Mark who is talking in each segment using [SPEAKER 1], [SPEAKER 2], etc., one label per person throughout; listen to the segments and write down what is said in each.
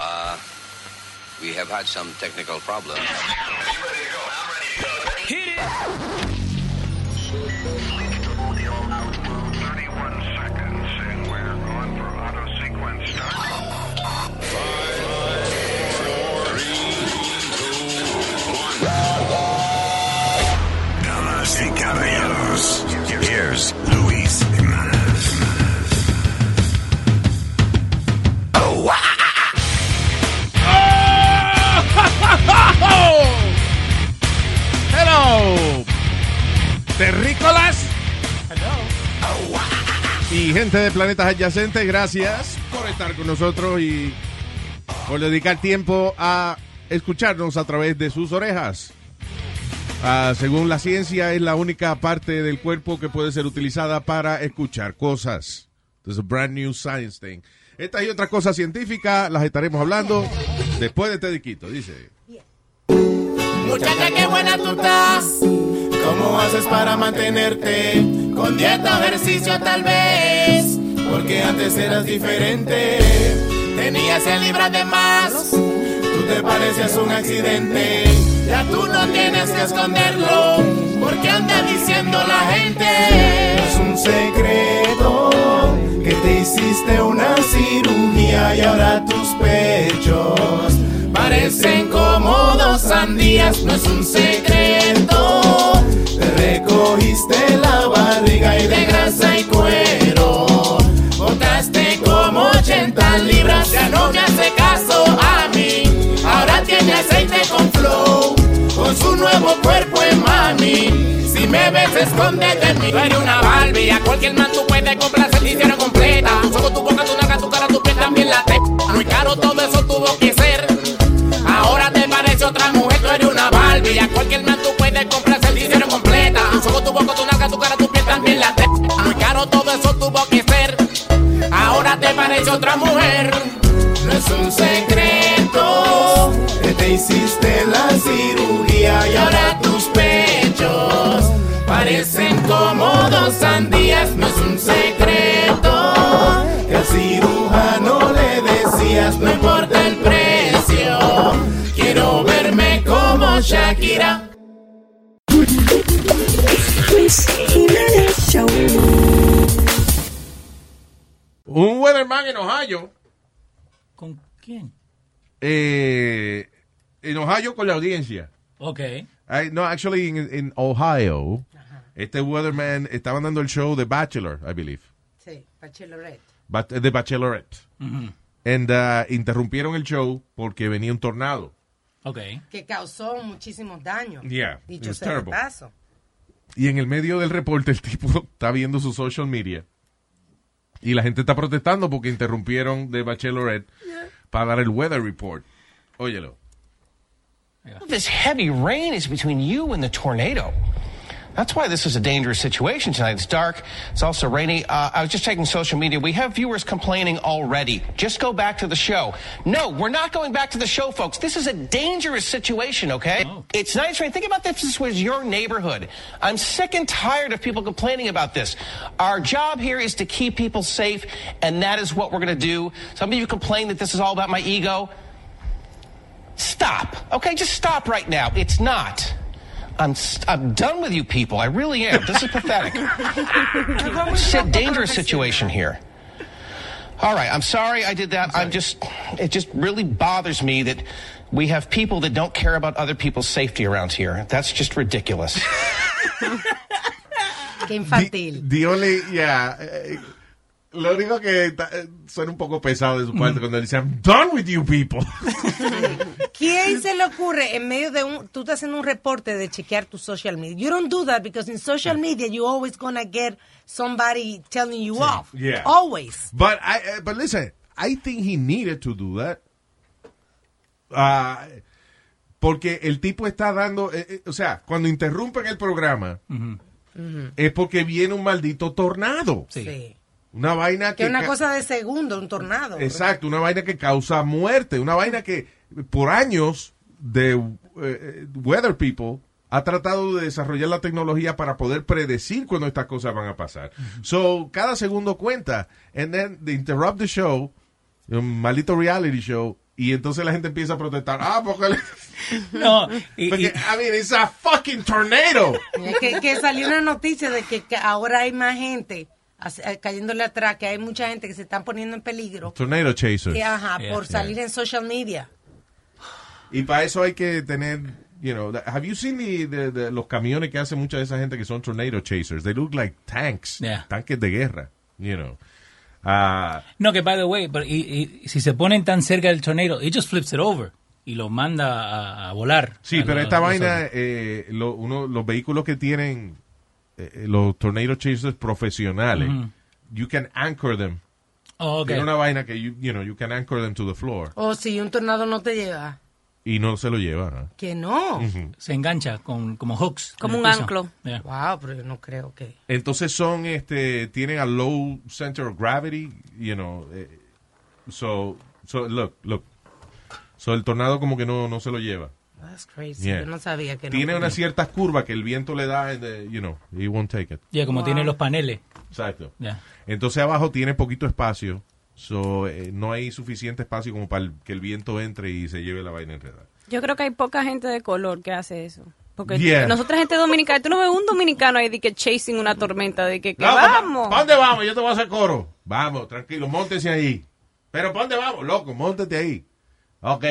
[SPEAKER 1] Uh, we have had some technical problems.
[SPEAKER 2] Hit it!
[SPEAKER 3] Damas y caballeros, here's Luis Jimenez. Oh,
[SPEAKER 4] Hello. Terrícolas. Y gente de planetas adyacentes, gracias por estar con nosotros y por dedicar tiempo a escucharnos a través de sus orejas. Ah, según la ciencia, es la única parte del cuerpo que puede ser utilizada para escuchar cosas. It's a brand new science thing. Estas y otras cosas científicas las estaremos hablando después de este diquito, dice.
[SPEAKER 5] Muchacha, qué buena tú estás. ¿Cómo haces para mantenerte? Con dieta o ejercicio tal vez. Porque antes eras diferente. Tenías 100 libras de más. Tú te parecías un accidente. Ya tú no tienes que esconderlo. Porque anda diciendo la gente. Es un secreto que te hiciste una cirugía y ahora tus pechos parecen como dos sandías, no es un secreto. Te recogiste la barriga y de grasa y cuero. Botaste como 80 libras, ya no me hace caso a mí. Ahora tiene aceite con flow, con su nuevo cuerpo en mami. Si me ves, escóndete de mí. Tú eres una Barbie, a cualquier man tú puedes comprar, se hicieron completa. Tu ojo, tu boca, tu naga, tu cara, tu piel, también la te. Muy caro todo eso tuvo que ser. Ahora te parece otra mujer, tú eres una Barbie. A cualquier man tú puedes comprar, se hicieron completa. Tu ojo, tu boca, tu naga, tu cara, tu piel, también la te. Muy caro todo eso tuvo que ser. Ahora te parece otra mujer. No es un secreto que te hiciste la cirugía y ahora tus pechos parecen como dos sandías. No es un secreto que al cirujano le decías no importa el precio. Quiero verme como Shakira.
[SPEAKER 6] Luis Pues, Jiménez Show.
[SPEAKER 4] Un weatherman en Ohio.
[SPEAKER 7] ¿Con quién?
[SPEAKER 4] eh, en Ohio con la audiencia.
[SPEAKER 7] Ok.
[SPEAKER 4] I- no, actually, in, in Ohio, este weatherman estaban dando el show de Bachelor, I believe,
[SPEAKER 8] Sí, Bachelorette.
[SPEAKER 4] Ba- de Bachelorette. And uh, interrumpieron el show porque venía un tornado.
[SPEAKER 7] Ok.
[SPEAKER 8] Que causó muchísimos daños.
[SPEAKER 4] Yeah, it
[SPEAKER 8] Dicho
[SPEAKER 4] was
[SPEAKER 8] sea de
[SPEAKER 4] terrible.
[SPEAKER 8] paso.
[SPEAKER 4] Y en el medio del reporte, el tipo está viendo su social media. Y la gente está protestando porque interrumpieron de Bachelorette para dar el weather report. Óyelo.
[SPEAKER 9] This heavy rain is between you and the tornado. That's why this is a dangerous situation tonight. It's dark. It's also rainy. Uh, I was just checking social media. We have viewers complaining already. Just go back to the show. No, we're not going back to the show, folks. This is a dangerous situation, okay? It's nice rain. Think about this. This was your neighborhood. I'm sick and tired of people complaining about this. Our job here is to keep people safe, and that is what we're going to do. Some of you complain that this is all about my ego. Stop. Okay, just stop right now. It's not. I'm st- I'm done with you people. I really am. This is pathetic. It's a dangerous situation here. All right, I'm sorry I did that. I'm just it just really bothers me that we have people that don't care about other people's safety around here. That's just ridiculous.
[SPEAKER 8] Qué infantil.
[SPEAKER 4] The only, yeah. eh, lo único que ta- eh, suena un poco pesado de su parte cuando dice, I'm done with you people.
[SPEAKER 8] ¿Quién se le ocurre en medio de un... Tú estás haciendo un reporte de chequear tu social media. You don't do that because in
[SPEAKER 4] Mm.
[SPEAKER 8] social media you always gonna get somebody telling you off.
[SPEAKER 4] yeah.
[SPEAKER 8] Always.
[SPEAKER 4] But I, eh, but listen, I think he needed to do that. Ah, porque el tipo está dando, eh, eh, o sea, cuando interrumpen el programa, es porque viene un maldito tornado.
[SPEAKER 8] Sí.
[SPEAKER 4] Una vaina
[SPEAKER 8] Que
[SPEAKER 4] que...
[SPEAKER 8] es una
[SPEAKER 4] ca- Eh.
[SPEAKER 8] cosa de segundo, un tornado.
[SPEAKER 4] Exacto, una vaina que causa muerte, una vaina que por años de eh, Weather People ha tratado de desarrollar la tecnología para poder predecir cuando estas cosas van a pasar. So, cada segundo cuenta. And then they interrupt the show un maldito reality show. Y entonces la gente empieza a protestar. Ah, porque, le-
[SPEAKER 7] No, y,
[SPEAKER 4] porque,
[SPEAKER 7] y-
[SPEAKER 4] I mean, it's a fucking tornado.
[SPEAKER 8] Mira, Eh, que, que salió una noticia de que, que ahora hay más gente hace- eh, cayéndole atrás, que hay mucha gente que se están poniendo en peligro.
[SPEAKER 4] Tornado chaser.
[SPEAKER 8] que, ajá,
[SPEAKER 7] Yeah.
[SPEAKER 8] por
[SPEAKER 7] Yeah.
[SPEAKER 8] salir en social media.
[SPEAKER 4] Y para eso hay que tener, you know, the- have you seen the- the- the- los camiones que hacen mucha de esa gente que son tornado chasers? They look like tanks,
[SPEAKER 7] Yeah.
[SPEAKER 4] tanques de guerra, you know. Ah,
[SPEAKER 7] no, que by the way, pero y- y si se ponen tan cerca del tornado, it just flips it over y lo manda a, a volar.
[SPEAKER 4] sí,
[SPEAKER 7] A
[SPEAKER 4] pero
[SPEAKER 7] lo-
[SPEAKER 4] esta
[SPEAKER 7] a lo-
[SPEAKER 4] vaina, eh, lo- uno, los vehículos que tienen eh, eh, los tornado chasers profesionales, you can anchor them.
[SPEAKER 7] Oh, okay.
[SPEAKER 4] Tiene una vaina que, you, you know, you can anchor them to the floor.
[SPEAKER 8] O si un tornado no te lleva.
[SPEAKER 4] Y no se lo ¿ah? lleva, ¿no?
[SPEAKER 8] Que no.
[SPEAKER 7] Se engancha con, como hooks. en
[SPEAKER 2] Como
[SPEAKER 7] el
[SPEAKER 2] un
[SPEAKER 7] piso.
[SPEAKER 2] anclo.
[SPEAKER 7] Yeah.
[SPEAKER 8] Wow, pero yo no creo que.
[SPEAKER 4] Entonces son, este, tienen a low center of gravity, you know. eh, so, so, look, look. So el tornado como que no, no se lo lleva.
[SPEAKER 8] That's crazy.
[SPEAKER 4] Yeah.
[SPEAKER 8] Yo no sabía que no.
[SPEAKER 4] Tiene unas ciertas curvas que el viento le da, and, eh, you know, he won't take it.
[SPEAKER 7] Yeah, como tiene los paneles.
[SPEAKER 4] Exacto.
[SPEAKER 7] Yeah.
[SPEAKER 4] Entonces abajo tiene poquito espacio, so eh, no hay suficiente espacio como para el- que el viento entre y se lleve la vaina enredada.
[SPEAKER 2] Yo creo que hay poca gente de color que hace eso. Porque
[SPEAKER 4] Yeah.
[SPEAKER 2] nosotras gente dominicana, tú no ves un dominicano ahí de que chasing una tormenta, de que, que
[SPEAKER 4] No,
[SPEAKER 2] vamos.
[SPEAKER 4] ¿pa- pa' dónde vamos? Yo te voy a hacer coro. Vamos, tranquilo, montese ahí. Pero ¿pa' dónde vamos? Loco, montate ahí. Ok.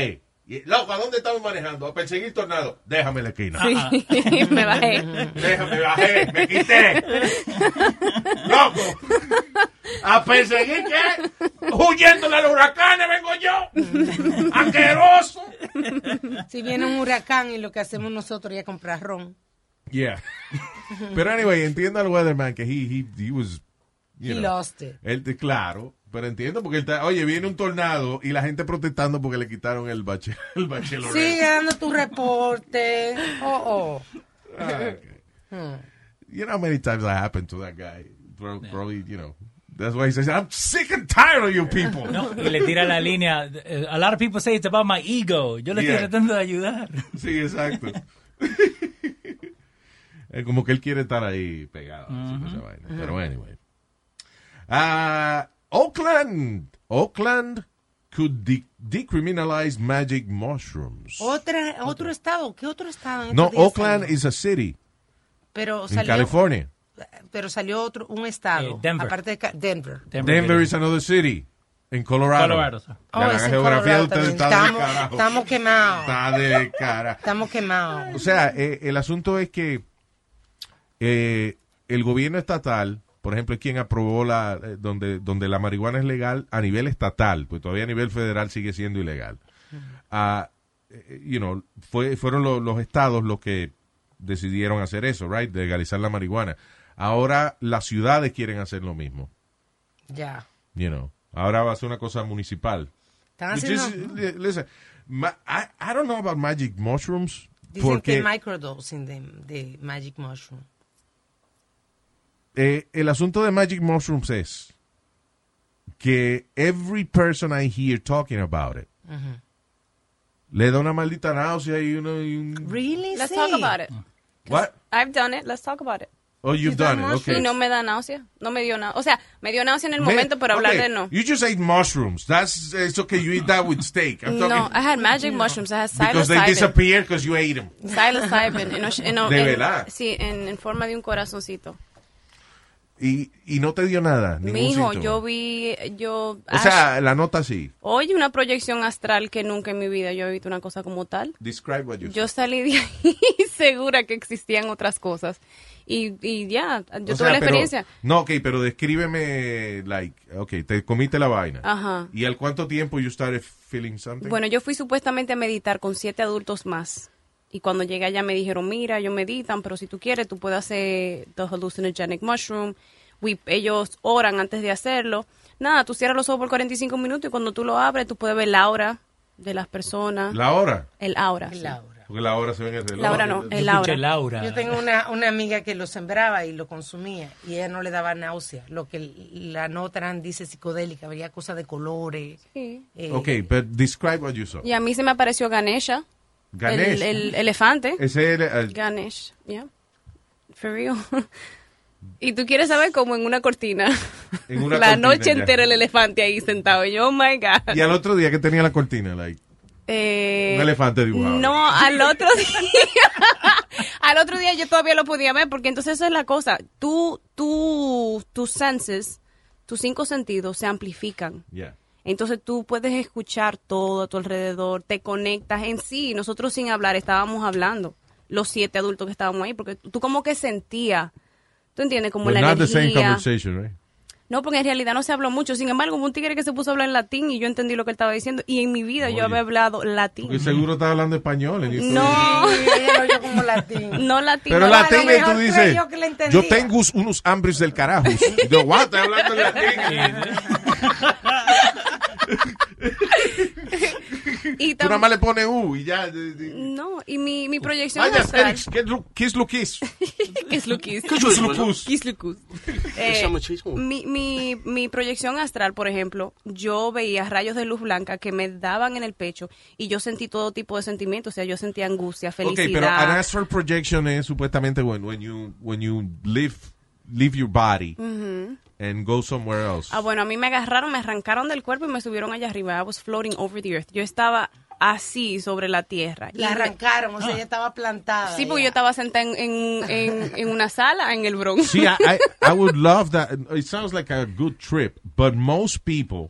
[SPEAKER 4] Y- Loco, ¿a dónde estamos manejando? A perseguir tornado. Déjame la esquina.
[SPEAKER 2] Sí, me bajé.
[SPEAKER 4] Déjame, bajé, me quité. Loco. ¿A perseguir qué? Huyendo de los huracanes vengo yo. Aqueroso.
[SPEAKER 8] Si viene un huracán y lo que hacemos nosotros es comprar ron.
[SPEAKER 4] Yeah. Pero anyway, entiendo al weatherman que he, he, he was, you
[SPEAKER 8] He
[SPEAKER 4] know.
[SPEAKER 8] lost it.
[SPEAKER 4] Él, te- claro, pero entiendo porque él está, oye, viene un tornado y la gente protestando porque le quitaron el, bache, el bachelorette.
[SPEAKER 8] Sigue dando tu reporte. Oh, oh.
[SPEAKER 4] Ah, okay. You know how many times that happened to that guy? Pro- Probably, you know. That's why he says, I'm sick and tired of you people.
[SPEAKER 7] No, y le tira la línea. eh, A lot of people say it's about my ego. Yo le
[SPEAKER 4] Yeah.
[SPEAKER 7] estoy tratando de ayudar.
[SPEAKER 4] Sí, exacto. Eh, Como que él quiere estar ahí pegado. así, con esa vaina. Pero anyway. Ah, Oakland. Oakland could de- decriminalize magic mushrooms.
[SPEAKER 8] Otra, otro, estado. ¿Qué otro estado? en
[SPEAKER 4] No,
[SPEAKER 8] estos días
[SPEAKER 4] Oakland
[SPEAKER 8] salió?
[SPEAKER 4] is a city
[SPEAKER 8] Pero
[SPEAKER 4] in
[SPEAKER 8] salió,
[SPEAKER 4] California.
[SPEAKER 8] Pero salió otro, un estado.
[SPEAKER 7] Eh, Denver.
[SPEAKER 8] Aparte de Ca- Denver.
[SPEAKER 4] Denver is another city in Colorado.
[SPEAKER 7] Colorado, sir.
[SPEAKER 8] Oh,
[SPEAKER 4] Ya, la
[SPEAKER 8] es en
[SPEAKER 4] geografía de
[SPEAKER 8] Colorado
[SPEAKER 4] ustedes está
[SPEAKER 8] también.
[SPEAKER 4] de
[SPEAKER 8] Estamos-
[SPEAKER 4] carajo.
[SPEAKER 8] estamos quemados.
[SPEAKER 4] Está de cara.
[SPEAKER 8] Estamos quemados.
[SPEAKER 4] O sea, eh, el asunto es que eh, el gobierno estatal, por ejemplo, es quien aprobó la eh, donde donde la marihuana es legal a nivel estatal, pues todavía a nivel federal sigue siendo ilegal. Ah, eh, you know, fue, fueron lo- los estados los que decidieron hacer eso, right, de legalizar la marihuana. Ahora las ciudades quieren hacer lo mismo,
[SPEAKER 8] Ya.
[SPEAKER 4] you know. Ahora va a ser una cosa municipal.
[SPEAKER 8] Están
[SPEAKER 4] Which
[SPEAKER 8] haciendo.
[SPEAKER 4] is- li- listen, ma- I, I don't know about magic mushrooms.
[SPEAKER 8] Dicen
[SPEAKER 4] porque
[SPEAKER 8] que microdosing de, de Magic Mushroom.
[SPEAKER 4] eh, el asunto de Magic Mushrooms es que every person I hear talking about it le da una maldita náusea y uno y un-
[SPEAKER 8] Really?
[SPEAKER 2] Let's
[SPEAKER 8] sí.
[SPEAKER 2] talk about it.
[SPEAKER 4] What?
[SPEAKER 2] I've done it, let's talk about it.
[SPEAKER 4] Oh, you've
[SPEAKER 8] She's
[SPEAKER 4] done
[SPEAKER 8] done
[SPEAKER 4] it. Okay.
[SPEAKER 2] Y no me da náusea, no me dio náusea. O sea, me dio náusea en el momento, pero hablar
[SPEAKER 4] Okay,
[SPEAKER 2] de no.
[SPEAKER 4] You just ate mushrooms. That's it's okay. You eat that with steak. I'm talking
[SPEAKER 2] No, I had magic mushrooms, I had
[SPEAKER 4] because they
[SPEAKER 2] psilocybin.
[SPEAKER 4] disappear because you ate 'em. them.
[SPEAKER 2] Psilocybin. en och- en-
[SPEAKER 4] De
[SPEAKER 2] en-
[SPEAKER 4] verdad.
[SPEAKER 2] Sí, en, en forma de un corazoncito.
[SPEAKER 4] Y, y no te dio nada. ningún
[SPEAKER 2] Mi hijo,
[SPEAKER 4] síntoma.
[SPEAKER 2] yo vi, yo...
[SPEAKER 4] O sea, la nota sí.
[SPEAKER 2] Oye, una proyección astral que nunca en mi vida yo he visto una cosa como tal.
[SPEAKER 4] Describe what you.
[SPEAKER 2] Yo salí de ahí segura que existían otras cosas. Y, y ya, yo
[SPEAKER 4] O
[SPEAKER 2] tuve
[SPEAKER 4] sea,
[SPEAKER 2] la
[SPEAKER 4] pero-
[SPEAKER 2] experiencia.
[SPEAKER 4] no, ok, pero descríbeme, like, ok, te comiste la vaina.
[SPEAKER 2] Ajá.
[SPEAKER 4] ¿Y al cuánto tiempo you started feeling something?
[SPEAKER 2] Bueno, yo fui supuestamente a meditar con siete adultos más. Y cuando llegué allá me dijeron, mira, ellos meditan, pero si tú quieres, tú puedes hacer the hallucinogenic mushroom. We- ellos oran antes de hacerlo. Nada, tú cierras los ojos por 45 minutos y cuando tú lo abres, tú puedes ver la aura de las personas.
[SPEAKER 4] ¿La hora?
[SPEAKER 2] el aura. sí.
[SPEAKER 8] Laura.
[SPEAKER 4] Porque la hora se ve en el reloj.
[SPEAKER 2] La hora no, el
[SPEAKER 7] Escuché
[SPEAKER 2] aura.
[SPEAKER 7] Laura.
[SPEAKER 8] Yo tengo una, una amiga que lo sembraba y lo consumía y ella no le daba náusea. Lo que la Notran dice psicodélica, había cosas de colores.
[SPEAKER 2] Sí.
[SPEAKER 8] eh,
[SPEAKER 4] Ok, pero describe what you saw.
[SPEAKER 2] Y a mí se me apareció Ganesha. El,
[SPEAKER 4] Ganesh.
[SPEAKER 2] el elefante.
[SPEAKER 4] Ese es el- el-
[SPEAKER 2] Ganesh, yeah. For real. y tú quieres saber como en una cortina.
[SPEAKER 4] en una
[SPEAKER 2] la
[SPEAKER 4] cortina
[SPEAKER 2] noche
[SPEAKER 4] ya.
[SPEAKER 2] entera el elefante ahí sentado. Y yo, oh my God.
[SPEAKER 4] Y al otro día que tenía la cortina, like,
[SPEAKER 2] Eh,
[SPEAKER 4] un elefante dibujado.
[SPEAKER 2] No, al otro día. al otro día yo todavía lo podía ver, porque entonces esa es la cosa. Tú, tú, tus senses, tus cinco sentidos se amplifican.
[SPEAKER 4] Yeah.
[SPEAKER 2] Entonces tú puedes escuchar todo a tu alrededor, te conectas en sí. Nosotros sin hablar estábamos hablando, los siete adultos que estábamos ahí, porque tú como que sentías, ¿tú entiendes? Como
[SPEAKER 4] But
[SPEAKER 2] la
[SPEAKER 4] not the same
[SPEAKER 2] energía.
[SPEAKER 4] conversation, right?
[SPEAKER 2] No, porque en realidad no se habló mucho. Sin embargo, hubo un tigre que se puso a hablar en latín y yo entendí lo que él estaba diciendo. Y en mi vida
[SPEAKER 4] Oye.
[SPEAKER 2] yo había hablado latín.
[SPEAKER 4] Porque seguro estás hablando español. en esto.
[SPEAKER 2] No,
[SPEAKER 8] yo como latín.
[SPEAKER 2] no latín.
[SPEAKER 4] Pero
[SPEAKER 2] no,
[SPEAKER 4] latín
[SPEAKER 8] a lo
[SPEAKER 4] y tú
[SPEAKER 8] mejor
[SPEAKER 4] dices,
[SPEAKER 8] creyó que la entendía.
[SPEAKER 3] Yo tengo us- unos hambres del carajo.
[SPEAKER 4] Y Yo, what? Estás hablando en latín.
[SPEAKER 2] Y
[SPEAKER 4] Tú
[SPEAKER 2] tam-
[SPEAKER 4] nada más le pones U y ya. de- de-
[SPEAKER 2] No, y mi, mi proyección
[SPEAKER 3] Vaya,
[SPEAKER 2] astral-
[SPEAKER 3] Félix, ¿qué es lo- ¿qué es lo que es?
[SPEAKER 2] ¿Qué es lo que hice?
[SPEAKER 3] es lo que
[SPEAKER 2] ¿Qué es lo que hice? Eh, mi, mi, mi proyección astral, por ejemplo, yo veía rayos de luz blanca que me daban en el pecho y yo sentí todo tipo de sentimientos. O sea, yo sentía angustia,
[SPEAKER 4] Ok,
[SPEAKER 2] felicidad.
[SPEAKER 4] pero an astral projection es supuestamente when, when you, when you leave, leave your body and go somewhere else.
[SPEAKER 2] Ah, bueno, a mí me agarraron, me arrancaron del cuerpo y me subieron allá arriba. I was floating over the earth. Yo estaba así sobre la tierra.
[SPEAKER 8] La arrancaron, o
[SPEAKER 2] Ah.
[SPEAKER 8] sea, ella estaba plantada.
[SPEAKER 2] Sí, porque
[SPEAKER 8] ya.
[SPEAKER 2] yo estaba sentada en, en, en- en una sala en el Bronx.
[SPEAKER 4] See, I, I, I would love that. It sounds like a good trip, but most people,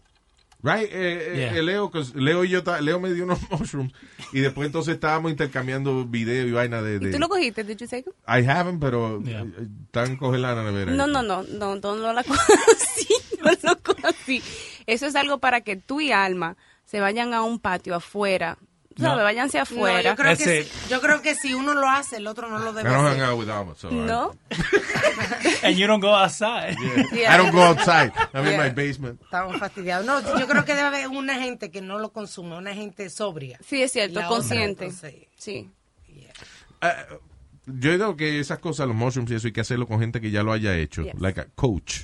[SPEAKER 4] right? Eh, eh,
[SPEAKER 7] Yeah.
[SPEAKER 4] eh, Leo, 'cause Leo y yo, ta- Leo me dio unos mushrooms y después entonces estábamos intercambiando video y vaina de. de
[SPEAKER 2] ¿Tú lo cogiste? Did you take it?
[SPEAKER 4] I haven't, pero
[SPEAKER 7] Yeah.
[SPEAKER 4] eh, eh, están congeladas en la nevera.
[SPEAKER 2] No, no, no, no, no, no la cojas así, no la cojas así. Eso es algo para que tú y Alma se vayan a un patio afuera, Tú
[SPEAKER 7] No.
[SPEAKER 2] ¿sabes? Váyanse
[SPEAKER 8] No,
[SPEAKER 2] afuera.
[SPEAKER 8] yo, creo
[SPEAKER 7] That's
[SPEAKER 8] que
[SPEAKER 7] it.
[SPEAKER 8] si, yo creo que si uno lo hace, el otro no lo
[SPEAKER 4] I
[SPEAKER 8] debe
[SPEAKER 4] don't hang
[SPEAKER 8] hacer.
[SPEAKER 4] out with Alma, so I-
[SPEAKER 2] ¿No?
[SPEAKER 7] And you don't go outside.
[SPEAKER 4] I don't go outside. I'm in
[SPEAKER 8] Yeah.
[SPEAKER 4] my basement.
[SPEAKER 8] Estamos fastidiados. No, yo creo que debe haber una gente que no lo consume, una gente sobria.
[SPEAKER 2] Sí, es cierto,
[SPEAKER 8] La otra,
[SPEAKER 2] consciente.
[SPEAKER 8] entonces.
[SPEAKER 2] sí.
[SPEAKER 4] Ah, Yo digo que esas cosas, los mushrooms y eso, hay que hacerlo con gente que ya lo haya hecho,
[SPEAKER 2] Yes.
[SPEAKER 4] like a coach,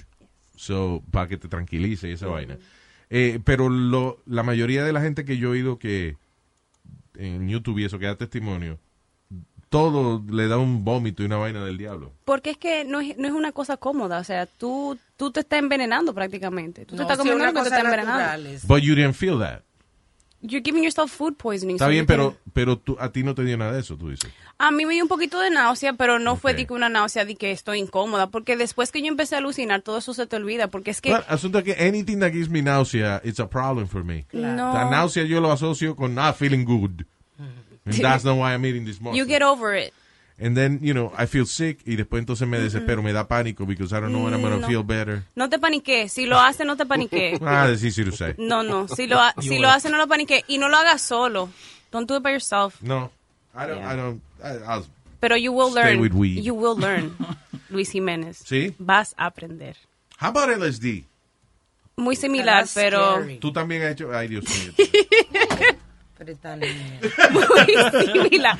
[SPEAKER 4] so para que te tranquilice y esa vaina. Eh, pero lo, la mayoría de la gente que yo he oído que en YouTube y eso que da testimonio, todo le da un vómito y una vaina del diablo.
[SPEAKER 2] Porque es que no es, no es una cosa cómoda, o sea, tú, tú te estás envenenando prácticamente. Tú te
[SPEAKER 8] No,
[SPEAKER 2] estás
[SPEAKER 8] sí,
[SPEAKER 2] comiendo
[SPEAKER 8] una
[SPEAKER 2] algo que te
[SPEAKER 8] cosa
[SPEAKER 2] está envenenando.
[SPEAKER 8] natural es-
[SPEAKER 4] But you didn't feel that.
[SPEAKER 2] You're giving yourself food poisoning.
[SPEAKER 4] Está
[SPEAKER 2] so
[SPEAKER 4] bien,
[SPEAKER 2] you can-
[SPEAKER 4] pero pero tú, a ti no te dio nada de eso, tú dices.
[SPEAKER 2] A mí me dio un poquito de náusea, pero no fue
[SPEAKER 4] Ok.
[SPEAKER 2] de que una náusea de que estoy incómoda, porque después que yo empecé a alucinar, todo eso se te olvida, porque es que...
[SPEAKER 4] Bueno, asunto es que anything that gives me nausea, it's a problem for me.
[SPEAKER 2] No.
[SPEAKER 4] La náusea yo lo asocio con not feeling good. And that's not why I'm eating this much.
[SPEAKER 2] You get over it.
[SPEAKER 4] And then, you know, I feel sick y después entonces me desespero, me da pánico because I don't know when I'm going to
[SPEAKER 2] Mm, No.
[SPEAKER 4] feel better.
[SPEAKER 2] No te paniques. Si lo hace, no te paniques.
[SPEAKER 4] Ah, it's easy to say.
[SPEAKER 2] No, no. Si lo, ha- si lo hace, no lo paniques. Y no lo hagas solo. Don't do it by yourself.
[SPEAKER 4] No, I don't, I don't, I, I'll,
[SPEAKER 2] Pero you will
[SPEAKER 4] Stay
[SPEAKER 2] learn.
[SPEAKER 4] with weed.
[SPEAKER 2] You will learn, Luis Jiménez.
[SPEAKER 4] ¿Sí?
[SPEAKER 2] Vas a aprender.
[SPEAKER 4] how about LSD?
[SPEAKER 2] Muy similar,
[SPEAKER 8] That's
[SPEAKER 2] pero
[SPEAKER 8] scary.
[SPEAKER 4] Tú también has hecho, ay Dios mío.
[SPEAKER 8] Pero esta niña.
[SPEAKER 2] muy similar.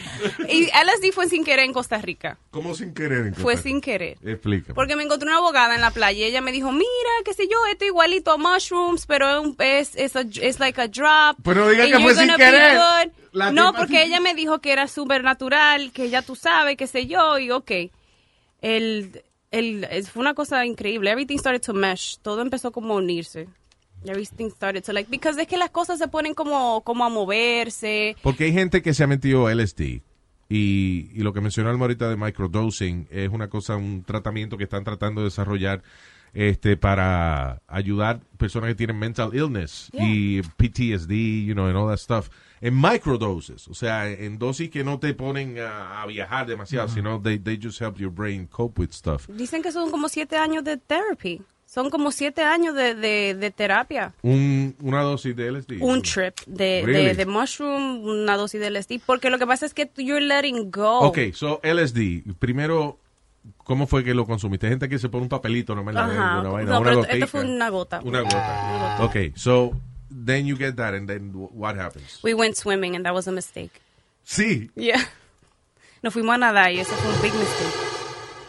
[SPEAKER 2] Y LSD fue sin querer en Costa Rica.
[SPEAKER 4] ¿Cómo sin querer? entonces?
[SPEAKER 2] Fue sin querer.
[SPEAKER 4] Explícame.
[SPEAKER 2] Porque me encontré una abogada en la playa y ella me dijo, mira, qué sé yo, esto es igualito a mushrooms, pero es, un- es, es, a- es like a drop.
[SPEAKER 4] Pero no diga
[SPEAKER 2] and
[SPEAKER 4] que fue
[SPEAKER 2] you're gonna
[SPEAKER 4] sin
[SPEAKER 2] be
[SPEAKER 4] querer.
[SPEAKER 2] good".
[SPEAKER 4] La
[SPEAKER 2] No,
[SPEAKER 4] tipa-
[SPEAKER 2] porque ella me dijo que era supernatural, que ya tú sabes, qué sé yo, y ok. El, el, es- fue una cosa increíble. Everything started to mesh. Todo empezó como a unirse. Everything started to like, because es que las cosas se ponen como, como a moverse.
[SPEAKER 4] Porque hay gente que se ha metido LSD. Y, y lo que mencionó Alma ahorita de microdosing es una cosa, un tratamiento que están tratando de desarrollar este para ayudar personas que tienen mental illness y PTSD, you know, and all that stuff. En microdoses, o sea, en dosis que no te ponen a, a viajar demasiado, sino they, they just help your brain cope with stuff.
[SPEAKER 2] Dicen que son como siete años de therapy. Son como siete años de, de, de terapia.
[SPEAKER 4] Un, una dosis de LSD.
[SPEAKER 2] un trip de,
[SPEAKER 4] Really?
[SPEAKER 2] de, de mushroom, una dosis de LSD, porque lo que pasa es que tú- you're letting go.
[SPEAKER 4] Ok, so LSD. Primero, ¿cómo fue que lo consumiste? Gente que se pone un papelito nomás en la
[SPEAKER 2] Ajá.
[SPEAKER 4] lengua, una vaina,
[SPEAKER 2] No,
[SPEAKER 4] una
[SPEAKER 2] pero esto- esto
[SPEAKER 4] gotica.
[SPEAKER 2] fue una gota.
[SPEAKER 4] Una gota. Ok, so then you get that and then wh- what happens?
[SPEAKER 2] We went swimming and that was a mistake.
[SPEAKER 4] Sí.
[SPEAKER 2] Yeah. Nos fuimos a nadar y eso fue un big mistake.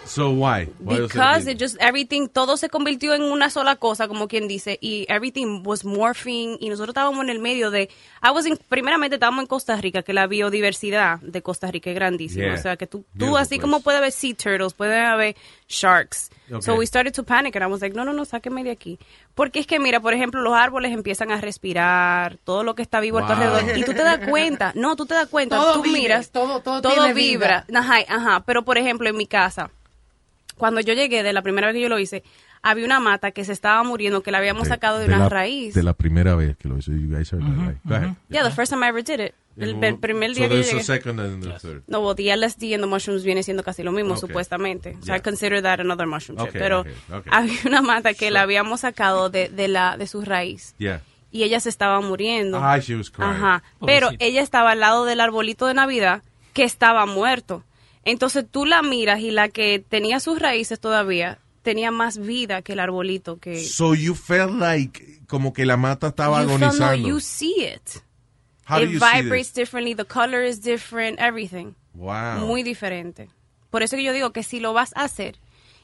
[SPEAKER 4] So why? Why does
[SPEAKER 2] Because
[SPEAKER 4] mean-
[SPEAKER 2] it just everything, todo se convirtió en una sola cosa, como quien dice, y everything was morphing, y nosotros estábamos en el medio de, I was in- primeramente estábamos en Costa Rica, que la biodiversidad de Costa Rica es grandísima,
[SPEAKER 4] Yeah.
[SPEAKER 2] o sea que tú, tú
[SPEAKER 4] Beautiful
[SPEAKER 2] así como
[SPEAKER 4] place.
[SPEAKER 2] puede haber sea turtles, puede haber sharks. So
[SPEAKER 4] Okay.
[SPEAKER 2] we started to panic, and I was like, no, no, no, sáqueme de aquí. Porque es que, mira, por ejemplo, los árboles empiezan a respirar, todo lo que está vivo a tu
[SPEAKER 4] Wow.
[SPEAKER 2] alrededor, y tú te das cuenta, no, tú te das cuenta,
[SPEAKER 10] Todo
[SPEAKER 2] tú
[SPEAKER 10] vive,
[SPEAKER 2] miras,
[SPEAKER 10] todo- todo tiene
[SPEAKER 2] vibra. Ajá, ajá, pero por ejemplo, en mi casa, cuando yo llegué, de la primera vez que yo lo hice, había una mata que se estaba muriendo, que la habíamos sacado de, una
[SPEAKER 3] la,
[SPEAKER 2] raíz.
[SPEAKER 3] De la primera vez que lo hizo. You guys are right.
[SPEAKER 4] Go ahead.
[SPEAKER 2] Yeah, the first time I ever did it. El, el primer día
[SPEAKER 4] so
[SPEAKER 2] que yo
[SPEAKER 4] there's a
[SPEAKER 2] llegué.
[SPEAKER 4] second and a third.
[SPEAKER 2] No, well, the LSD and the mushrooms viene siendo casi lo mismo,
[SPEAKER 4] Okay.
[SPEAKER 2] supuestamente. So
[SPEAKER 4] Yeah.
[SPEAKER 2] I consider that another mushroom trip.
[SPEAKER 4] Okay,
[SPEAKER 2] Pero
[SPEAKER 4] okay, okay.
[SPEAKER 2] había una mata que la habíamos sacado de, de, la, de su raíz.
[SPEAKER 4] Yeah.
[SPEAKER 2] Y ella se estaba muriendo.
[SPEAKER 4] Ah, she was crying.
[SPEAKER 2] Ajá. Pero
[SPEAKER 7] Pobrecita.
[SPEAKER 2] ella estaba al lado del arbolito de Navidad que estaba muerto. Entonces tú la miras y la que tenía sus raíces todavía tenía más vida que el arbolito que.
[SPEAKER 4] So you felt like como que la mata estaba
[SPEAKER 2] You feel- no,
[SPEAKER 4] agonizando.
[SPEAKER 2] you see it.
[SPEAKER 4] How do
[SPEAKER 2] it
[SPEAKER 4] you see
[SPEAKER 2] vibrates
[SPEAKER 4] this?
[SPEAKER 2] differently. The color is different. Everything.
[SPEAKER 4] Wow.
[SPEAKER 2] Muy diferente. Por eso que yo digo que si lo vas a hacer,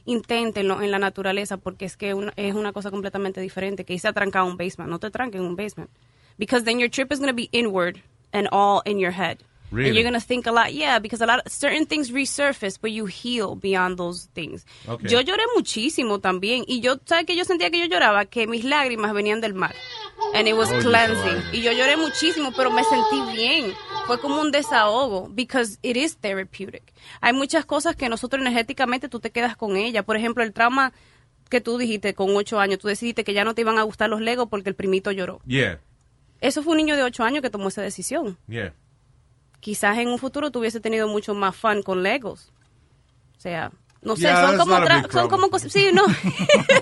[SPEAKER 2] inténtenlo en la naturaleza, porque es que una- es una cosa completamente diferente. Que irse a trancar a un basement. No te tranquen en un basement. Because then your trip is going to be inward and all in your head.
[SPEAKER 4] Really?
[SPEAKER 2] And you're going to think a lot. Yeah, because a lot certain things resurface, but you heal beyond those things.
[SPEAKER 4] Okay.
[SPEAKER 2] Yo lloré muchísimo también. Y yo, ¿sabes que Yo sentía que yo lloraba, que mis lágrimas venían del mar. And it was
[SPEAKER 4] Oye, esa
[SPEAKER 2] cleansing.
[SPEAKER 4] vaina.
[SPEAKER 2] Y yo lloré muchísimo, pero me sentí bien. Fue como un desahogo, because it is therapeutic. Hay muchas cosas que nosotros energéticamente tú te quedas con ella. Por ejemplo, el trauma que tú dijiste con ocho años, tú decidiste que ya no te iban a gustar los Legos porque el primito lloró.
[SPEAKER 4] Yeah.
[SPEAKER 2] Eso fue un niño de ocho años que tomó esa decisión.
[SPEAKER 4] Yeah.
[SPEAKER 2] Quizás en un futuro tú hubiese tenido mucho más fun con Legos. O sea, no sé,
[SPEAKER 4] Yeah,
[SPEAKER 2] son
[SPEAKER 4] that's
[SPEAKER 2] como,
[SPEAKER 4] not a
[SPEAKER 2] tra-
[SPEAKER 4] big
[SPEAKER 2] son
[SPEAKER 4] problem.
[SPEAKER 2] como cosas, sí, no,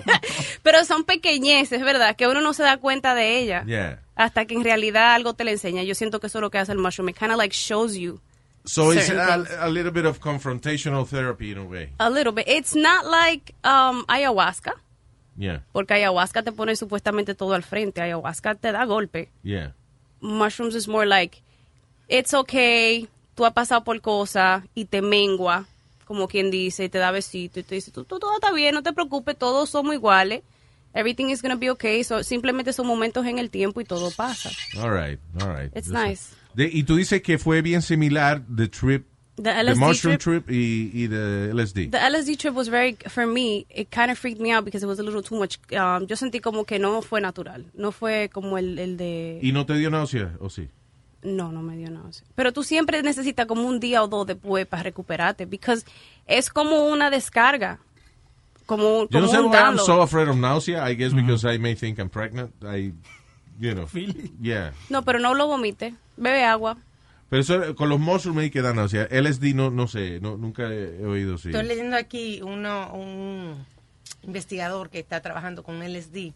[SPEAKER 2] pero son pequeñeces, ¿verdad? Que uno no se da cuenta de ella
[SPEAKER 4] Yeah.
[SPEAKER 2] hasta que en realidad algo te le enseña. Yo siento que eso es lo que hace el mushroom. It kind of like shows you
[SPEAKER 4] So it's
[SPEAKER 2] Certain
[SPEAKER 4] a,
[SPEAKER 2] things.
[SPEAKER 4] a little bit of confrontational therapy in a way.
[SPEAKER 2] a little bit. It's not like um, ayahuasca,
[SPEAKER 4] Yeah.
[SPEAKER 2] porque ayahuasca te pone supuestamente todo al frente. Ayahuasca te da golpe.
[SPEAKER 4] Yeah.
[SPEAKER 2] Mushrooms is more like, it's okay, tú has pasado por cosas y te mengua, como quien dice, y te da besito y te dice, tú, tú- todo está bien, no te preocupes, todos somos iguales. Everything is gonna be okay. So, simplemente son momentos en el tiempo y todo pasa.
[SPEAKER 4] All right. All right.
[SPEAKER 2] It's
[SPEAKER 4] That's-
[SPEAKER 2] nice.
[SPEAKER 4] De- y tú dices que fue bien similar the trip,
[SPEAKER 2] The
[SPEAKER 4] the
[SPEAKER 2] LSD
[SPEAKER 4] mushroom
[SPEAKER 2] trip-
[SPEAKER 4] trip, y, y the LSD.
[SPEAKER 2] The LSD trip was very, for me, it kind of freaked me out because it was a little too much. Um, yo sentí como que no fue natural. No fue como el, el de.
[SPEAKER 4] ¿Y no te dio náuseas o sí?
[SPEAKER 2] No, no me dio nada. Pero tú siempre necesitas como un día o dos después para recuperarte because es como una descarga. Como,
[SPEAKER 4] Yo
[SPEAKER 2] Pues como
[SPEAKER 4] no sé
[SPEAKER 2] un
[SPEAKER 4] por qué I'm
[SPEAKER 2] download.
[SPEAKER 4] so afraid of nausea. I guess because I may think I'm pregnant. I, you know. Yeah.
[SPEAKER 2] No, pero no lo vomite. Bebe agua.
[SPEAKER 4] Pero eso con los mushrooms me quedan náusea. LSD no, no sé. No, nunca he oído sí.
[SPEAKER 8] Estoy leyendo aquí uno, un investigador que está trabajando con LSD,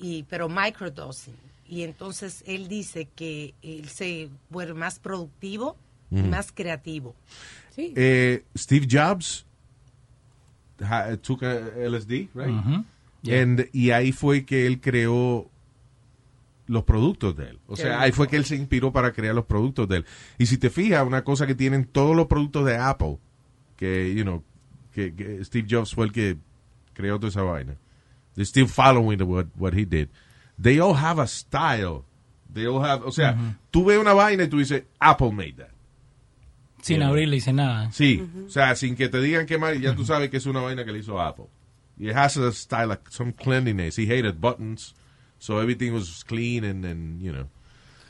[SPEAKER 8] y, pero microdosing. Y entonces él dice que él se vuelve más productivo y más creativo.
[SPEAKER 2] Sí.
[SPEAKER 4] Eh, Steve Jobs ha- took a LSD, right?
[SPEAKER 7] Ujú. Yeah.
[SPEAKER 4] And- y ahí fue que él creó los productos de él. O sea, ahí fue que él se inspiró para crear los productos de él. Y si te fijas, una cosa que tienen todos los productos de Apple, que, you know, que, que Steve Jobs fue el que creó toda esa vaina. They're still following what, what he did. They all have a style. They all have, o sea, tú ves una vaina y tú dices, Apple made that.
[SPEAKER 7] Sin abrirle y sin nada.
[SPEAKER 4] Sí, o sea, sin que te digan qué mal, ya tú sabes que es una vaina que le hizo Apple. Y it has a style, like some cleanliness. He hated buttons, so everything was clean and, and you know.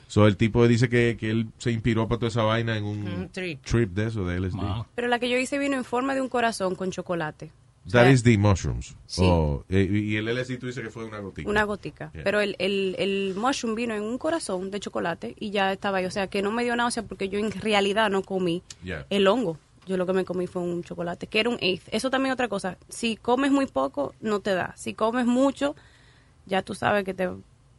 [SPEAKER 4] So el tipo dice que, que él se inspiró para toda esa vaina en un
[SPEAKER 8] Un trip.
[SPEAKER 4] de eso, de LSD.
[SPEAKER 7] Wow.
[SPEAKER 2] Pero la que yo hice vino en forma de un corazón con chocolate.
[SPEAKER 4] That
[SPEAKER 2] Yeah.
[SPEAKER 4] is the mushrooms.
[SPEAKER 2] Sí.
[SPEAKER 4] O- eh, y el LSD tú dices que fue una gotita.
[SPEAKER 2] Una gotica.
[SPEAKER 4] Yeah.
[SPEAKER 2] Pero el, el, el mushroom vino en un corazón de chocolate y ya estaba ahí. O sea, que no me dio náusea porque yo en realidad no comí
[SPEAKER 4] Yeah.
[SPEAKER 2] el hongo. Yo lo que me comí fue un chocolate, que era un eighth. Eso también otra cosa. Si comes muy poco, no te da. Si comes mucho, ya tú sabes que te...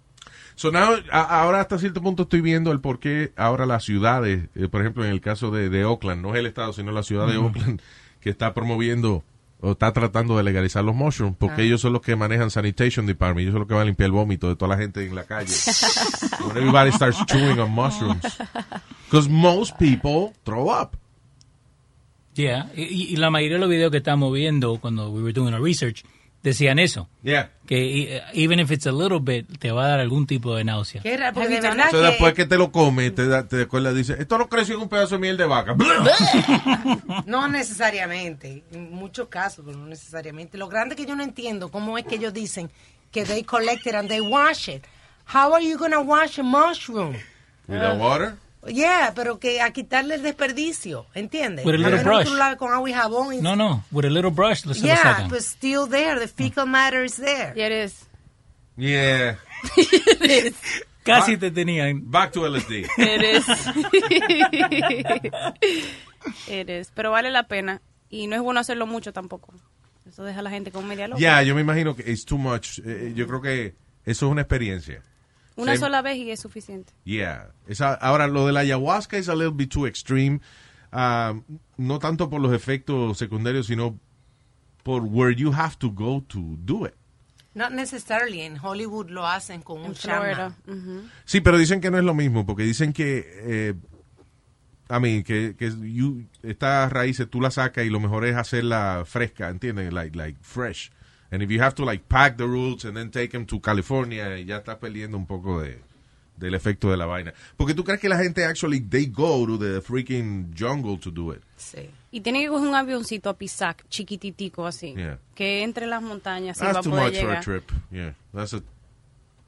[SPEAKER 4] So now, a- ahora hasta cierto punto estoy viendo el por qué ahora las ciudades, eh, por ejemplo en el caso de, de Oakland, no es el estado, sino la ciudad de Oakland que está promoviendo o está tratando de legalizar los mushrooms, porque ellos son los que manejan sanitation department, ellos son los que van a limpiar el vómito de toda la gente en la calle. When everybody starts chewing on mushrooms. Because most people throw up.
[SPEAKER 7] Yeah. Y, y la mayoría de los videos que estamos viendo cuando we were doing our research decían eso.
[SPEAKER 4] Yeah.
[SPEAKER 7] Que eh, even if it's a little bit, te va a dar algún tipo de náusea.
[SPEAKER 8] Qué raro, porque
[SPEAKER 2] Have
[SPEAKER 8] de
[SPEAKER 2] you done
[SPEAKER 8] verdad
[SPEAKER 4] So, después
[SPEAKER 8] que,
[SPEAKER 4] que te lo comes, te, da- te acuerdas, dice, esto no creció en un pedazo de miel de vaca.
[SPEAKER 8] no necesariamente, en muchos casos, pero no necesariamente. Lo grande que yo no entiendo, cómo es que ellos dicen que they collect it and they wash it. How are you gonna wash a mushroom?
[SPEAKER 4] Without water.
[SPEAKER 8] Yeah, pero que a quitarle el desperdicio, ¿entiendes?
[SPEAKER 7] With a little
[SPEAKER 8] A menos que
[SPEAKER 7] brush.
[SPEAKER 8] tú lo laves con agua y jabón. y-
[SPEAKER 7] No, no. With a little brush, lo- se lo
[SPEAKER 8] Yeah,
[SPEAKER 7] sacan.
[SPEAKER 11] pues.
[SPEAKER 8] but still there, the fecal matter is there.
[SPEAKER 2] Yeah, it is.
[SPEAKER 4] Yeah.
[SPEAKER 7] Casi te tenían.
[SPEAKER 4] Back to LSD.
[SPEAKER 2] It is. It is. Pero vale la pena. Y no es bueno hacerlo mucho tampoco. Eso deja a la gente con media
[SPEAKER 4] Ya,
[SPEAKER 2] loca.
[SPEAKER 4] yo me imagino que it's too much. Eh, yo creo que eso es una experiencia.
[SPEAKER 2] Una
[SPEAKER 4] Sí.
[SPEAKER 2] sola vez y es suficiente.
[SPEAKER 4] Yeah. Esa- ahora, lo de la ayahuasca es a little bit too extreme. Ah, no tanto por los efectos secundarios, sino por where you have to go to do it.
[SPEAKER 8] Not necessarily. En Hollywood lo hacen con un
[SPEAKER 2] En
[SPEAKER 8] chama.
[SPEAKER 2] Florida. Ujú.
[SPEAKER 4] Sí, pero dicen que no es lo mismo, porque dicen que, eh, a mí, que, que you- estas raíces tú las sacas y lo mejor es hacerla fresca, ¿entiendes? Like, like fresh. And if you have to like pack the roots and then take them to California, y ya estás perdiendo un poco de, del efecto de la vaina. Porque tú crees que la gente actually, they go to the freaking jungle to do it.
[SPEAKER 8] Sí.
[SPEAKER 2] Y tiene que coger un avioncito a Pisac, chiquititico así.
[SPEAKER 4] Yeah.
[SPEAKER 2] Que entre las montañas y va
[SPEAKER 4] That's
[SPEAKER 2] a
[SPEAKER 4] too
[SPEAKER 2] poder
[SPEAKER 4] much for a
[SPEAKER 2] llegar.
[SPEAKER 4] trip. Yeah, that's a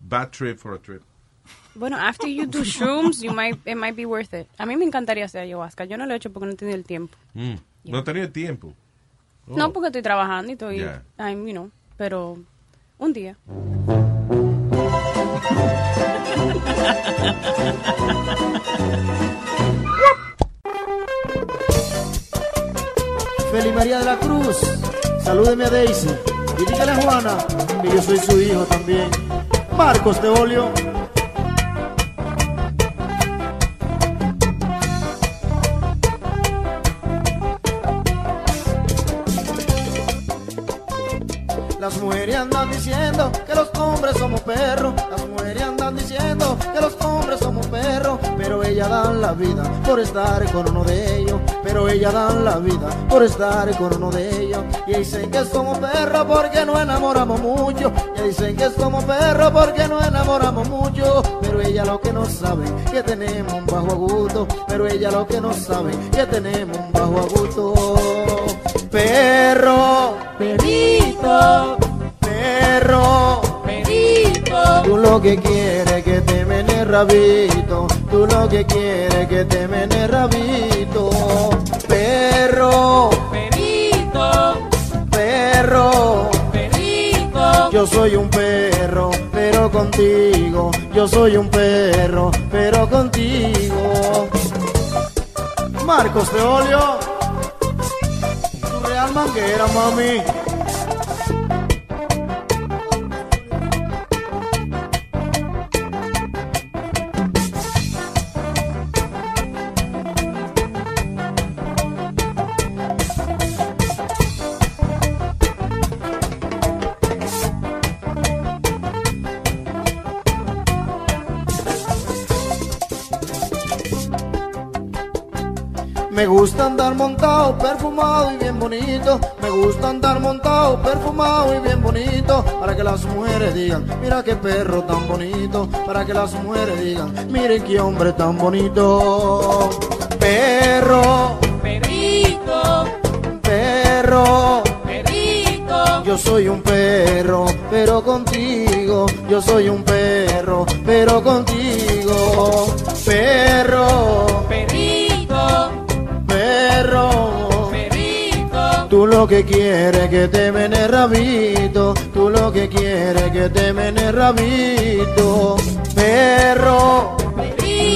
[SPEAKER 4] bad trip for a trip.
[SPEAKER 2] Bueno, after you do shrooms, you might, it might be worth it. A mí me encantaría hacer ayahuasca. Yo no lo he hecho porque no he tenido el tiempo.
[SPEAKER 4] Mm. No he tenido tiempo. Oh.
[SPEAKER 2] No porque estoy trabajando y estoy,
[SPEAKER 4] Yeah.
[SPEAKER 2] I'm, you know, pero un día.
[SPEAKER 10] Feli María de la Cruz, salúdeme a Daisy y dígale a Juana que yo soy su hijo también. Marcos Teolio. Las mujeres andan diciendo que los hombres somos perros. Las mujeres andan diciendo que los hombres somos perros. Pero ellas dan la vida por estar con uno de ellos. Pero ellas dan la vida por estar con uno de ellos. Y dicen que somos perros porque nos enamoramos mucho. Y dicen que somos perros porque nos enamoramos mucho. Pero ellas lo que no saben que tenemos un bajo agudo. Pero ellas lo que no saben que tenemos un bajo agudo. Perro. Perrito, perro, perrito. Tú lo que quieres que te mene rabito, tú lo que quieres que te mene rabito. Perro, perrito, perro, perrito. Yo soy un perro, pero contigo. Yo soy un perro, pero contigo. Marcos de Olio, tu real manguera, mami. Me gusta andar montado, perfumado y bien bonito. Me gusta andar montado, perfumado y bien bonito. Para que las mujeres digan, mira qué perro tan bonito. Para que las mujeres digan, mire qué hombre tan bonito. Perro, perrito, perro, perrito. Yo soy un perro, pero contigo. Yo soy un perro, pero contigo. Perro, perrito perro. Tú lo que quieres que te mene rabito, tú lo que quieres que te mene rabito, perro.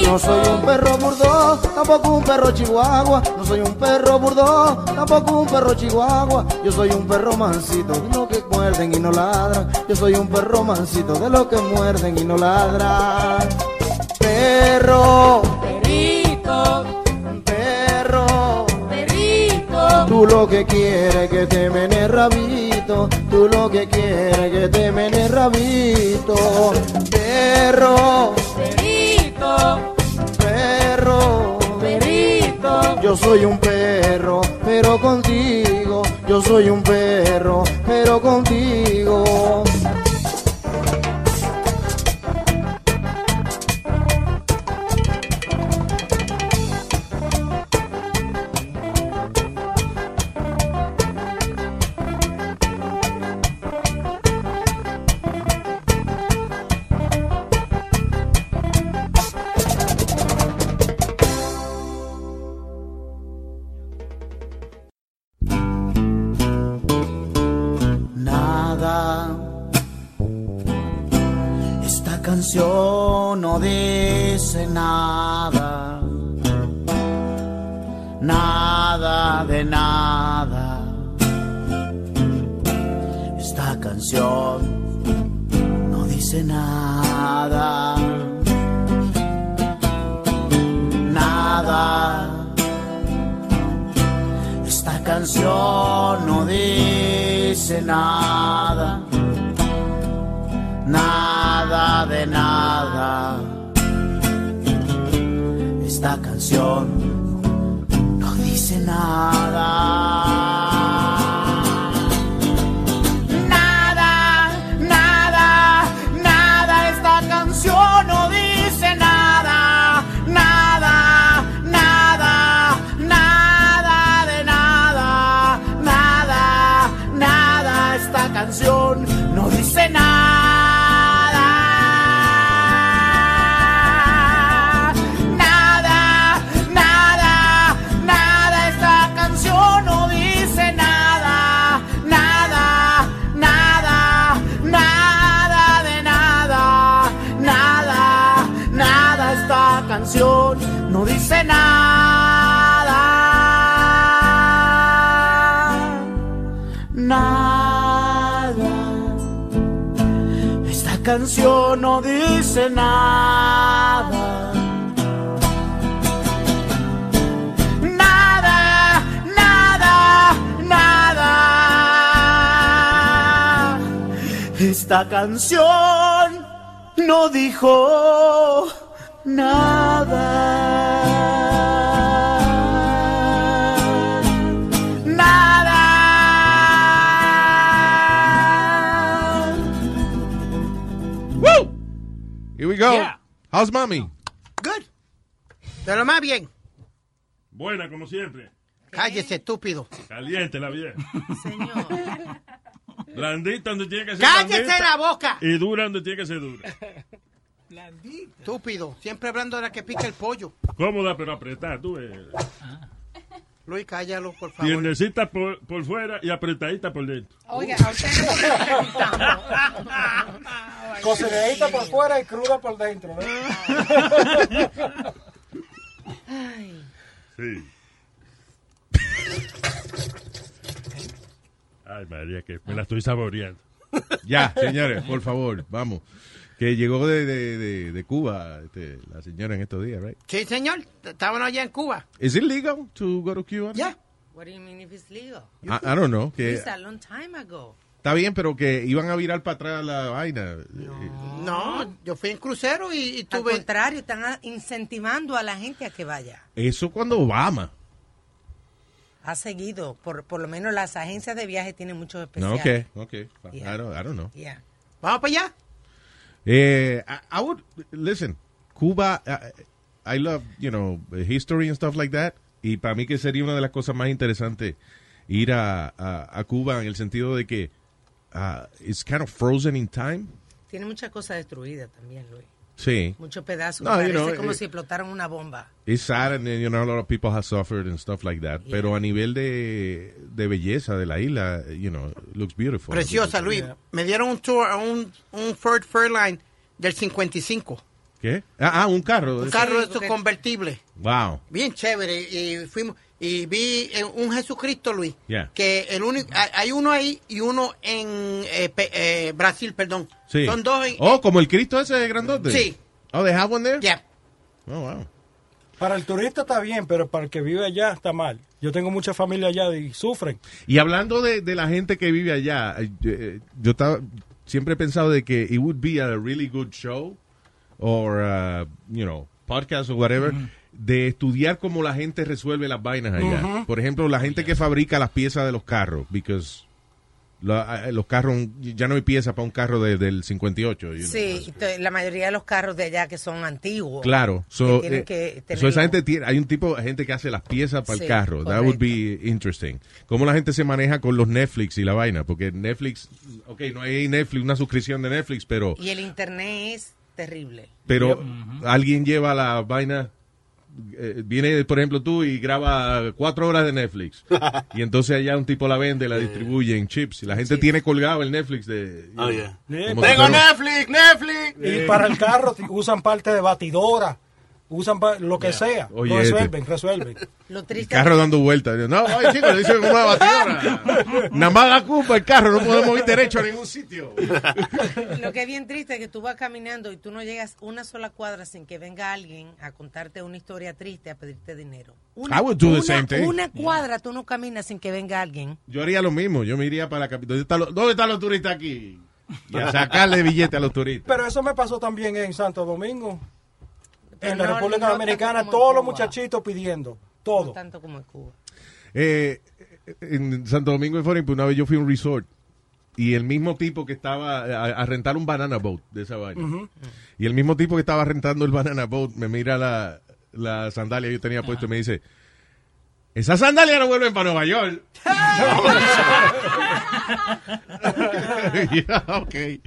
[SPEAKER 10] No soy un perro burdo, tampoco un perro chihuahua. No soy un perro burdo, tampoco un perro chihuahua. Yo soy un perro mansito, de los que muerden y no ladran. Yo soy un perro mansito, de los que muerden y no ladran. Perro, perrito, perro, perrito. Tú lo que quieres que te mene rabito, tú lo que quieres que te mene rabito. Perro, perrito, perro, perrito. Yo soy un perro, pero pero contigo. Yo soy un perro, pero contigo.
[SPEAKER 12] nada. Esta canción no dice nada, nada de nada. Esta canción no dice nada, nada. Esta canción no dice nada, nada de nada. Esta canción no dice nada. Nada, nada, nada, esta canción no dice nada, nada, nada, nada de nada, nada, nada, esta canción no dice nada. Nada, nada, nada, esta canción no dice nada, nada, nada, nada de nada, nada, nada, esta canción no dice nada. Nada, esta canción no dice nada. Nada, nada, nada. Esta canción no dijo nada. Nada.
[SPEAKER 4] Woo! Here we go.
[SPEAKER 8] Yeah.
[SPEAKER 4] How's mommy?
[SPEAKER 11] Good. De lo más bien.
[SPEAKER 13] Buena, como siempre.
[SPEAKER 11] Cállese, estúpido.
[SPEAKER 13] Caliente la vieja. Señor. Blandita donde tiene que ser.
[SPEAKER 11] Cállese
[SPEAKER 13] blandita
[SPEAKER 11] la boca.
[SPEAKER 13] Y dura donde tiene que ser dura.
[SPEAKER 11] Estúpido. Siempre hablando de la que pica el pollo.
[SPEAKER 13] Cómoda, pero apretada, tú ves.
[SPEAKER 11] Luis, cállalo, por favor.
[SPEAKER 13] Tiernecita por, por fuera y apretadita por dentro.
[SPEAKER 11] Oiga,
[SPEAKER 14] a usted no le preguntamos. Cocinadita por fuera y cruda por dentro. ¿no?
[SPEAKER 13] Sí. Ay, María, que me la estoy saboreando.
[SPEAKER 4] Ya, señores, por favor, vamos. Que llegó de, de, de, de Cuba este, la señora en estos días, right?
[SPEAKER 11] Sí, señor. Estábamos allá en Cuba.
[SPEAKER 4] Is it legal to go to Cuba?
[SPEAKER 11] Yeah.
[SPEAKER 8] What do you mean if it's legal?
[SPEAKER 4] I- I don't know, que-
[SPEAKER 8] It's a long time ago.
[SPEAKER 4] Está bien, pero que iban a virar para atrás la vaina.
[SPEAKER 11] No, yo fui en crucero y,
[SPEAKER 8] tuve... Al contrario, están a- incentivando a la gente a que vaya.
[SPEAKER 4] Eso cuando Obama.
[SPEAKER 8] Ha seguido, por, por lo menos las agencias de viaje tienen muchos
[SPEAKER 4] No,
[SPEAKER 8] especiales.
[SPEAKER 4] ok, ok. I,
[SPEAKER 8] Yeah.
[SPEAKER 4] don't, I don't know.
[SPEAKER 8] Yeah.
[SPEAKER 11] Vamos para allá.
[SPEAKER 4] Eh, I, I would listen. Cuba, I, I love you know history and stuff like that. Y para mí que sería una de las cosas más interesantes ir a, a, a Cuba en el sentido de que ah, it's kind of frozen in time.
[SPEAKER 8] Tiene muchas cosas destruidas también, Luis.
[SPEAKER 4] Sí.
[SPEAKER 8] Muchos pedazos.
[SPEAKER 4] No,
[SPEAKER 8] Parece
[SPEAKER 4] you know,
[SPEAKER 8] como
[SPEAKER 4] eh,
[SPEAKER 8] si explotaron una bomba.
[SPEAKER 4] It's sad and you know a lot of people have suffered and stuff like that. Pero a nivel de, de belleza de la isla, you know, looks beautiful.
[SPEAKER 11] Preciosa, Luis. Me dieron un tour a un, un Ford Fairline del 55.
[SPEAKER 4] ¿Qué? Ah, ah, un carro.
[SPEAKER 11] Un carro de estos convertibles.
[SPEAKER 4] Wow.
[SPEAKER 11] Bien chévere. Y fuimos y vi eh, un Jesucristo, Luis.
[SPEAKER 4] Yeah.
[SPEAKER 11] Que el único, hay- hay uno ahí y uno en eh, pe- eh, Brasil, perdón.
[SPEAKER 4] Sí.
[SPEAKER 11] Son dos en...
[SPEAKER 4] Oh, como el Cristo ese de grandote.
[SPEAKER 11] Sí.
[SPEAKER 4] Oh, they have one there?
[SPEAKER 11] Yeah.
[SPEAKER 4] Oh, wow.
[SPEAKER 14] Para el turista está bien, pero para el que vive allá está mal. Yo tengo mucha familia allá y sufren.
[SPEAKER 4] Y hablando de, de la gente que vive allá, eh, yo, eh, yo estaba- siempre he pensado de que it would be a really good show or uh, you know podcast or whatever de estudiar cómo la gente resuelve las vainas allá.
[SPEAKER 15] Ujú.
[SPEAKER 4] Por ejemplo, la gente que fabrica las piezas de los carros, because la- eh, los carros, ya no hay pieza para un carro de- del 58. you know.
[SPEAKER 8] Sí, entonces, la mayoría de los carros de allá que son antiguos.
[SPEAKER 4] Claro, so,
[SPEAKER 8] que tienen
[SPEAKER 4] eh,
[SPEAKER 8] que tener
[SPEAKER 4] so esa
[SPEAKER 8] un-
[SPEAKER 4] gente tiene, hay un tipo de gente que hace las piezas para
[SPEAKER 8] Sí,
[SPEAKER 4] el carro. That would be interesting. Cómo la gente se maneja con los Netflix y la vaina, porque Netflix, ok, no hay Netflix, una suscripción de Netflix, pero
[SPEAKER 8] Y el internet es terrible.
[SPEAKER 4] pero alguien lleva la vaina. eh, viene, por ejemplo, tú y graba cuatro horas de Netflix. y entonces allá un tipo la vende, la distribuye en chips. Y la gente tiene colgado el Netflix de.
[SPEAKER 14] Oh, yeah.
[SPEAKER 4] como si
[SPEAKER 14] Tengo
[SPEAKER 4] fuera-
[SPEAKER 14] Netflix, Netflix.
[SPEAKER 4] Eh.
[SPEAKER 14] Y para el carro t- usan parte de batidora, usan pa- lo que sea.
[SPEAKER 4] Oye, este.
[SPEAKER 14] resuelven, resuelven.
[SPEAKER 8] Lo
[SPEAKER 4] El carro dando vueltas. No, ay, chicos, le dicen como una batidora. Nada más la culpa el carro, no podemos ir derecho a ningún sitio.
[SPEAKER 8] Lo que es bien triste es que tú vas caminando y tú no llegas una sola cuadra sin que venga alguien a contarte una historia triste, a pedirte dinero. Una,
[SPEAKER 4] I would Ah, do the
[SPEAKER 8] una-
[SPEAKER 4] same thing.
[SPEAKER 8] una cuadra tú no caminas sin que venga alguien.
[SPEAKER 4] Yo haría lo mismo, yo me iría para la capital. ¿Dónde están los, dónde están los turistas aquí? Y a sacarle billete a los turistas.
[SPEAKER 14] Pero eso me pasó también en Santo Domingo. En la
[SPEAKER 8] no-
[SPEAKER 14] República
[SPEAKER 8] no
[SPEAKER 14] Dominicana,
[SPEAKER 8] tanto como en
[SPEAKER 14] todos los
[SPEAKER 8] Cuba.
[SPEAKER 14] muchachitos pidiendo. Todo.
[SPEAKER 8] No tanto como en Cuba.
[SPEAKER 4] Eh, en Santo Domingo de Foreign, pues una vez yo fui a un resort y el mismo tipo que estaba a, a rentar un banana boat de esa vaina.
[SPEAKER 15] Ujú.
[SPEAKER 4] Y el mismo tipo que estaba rentando el banana boat me mira la, la sandalia que yo tenía puesto y me dice, esas sandalias no vuelven para Nueva York. Yeah, ok.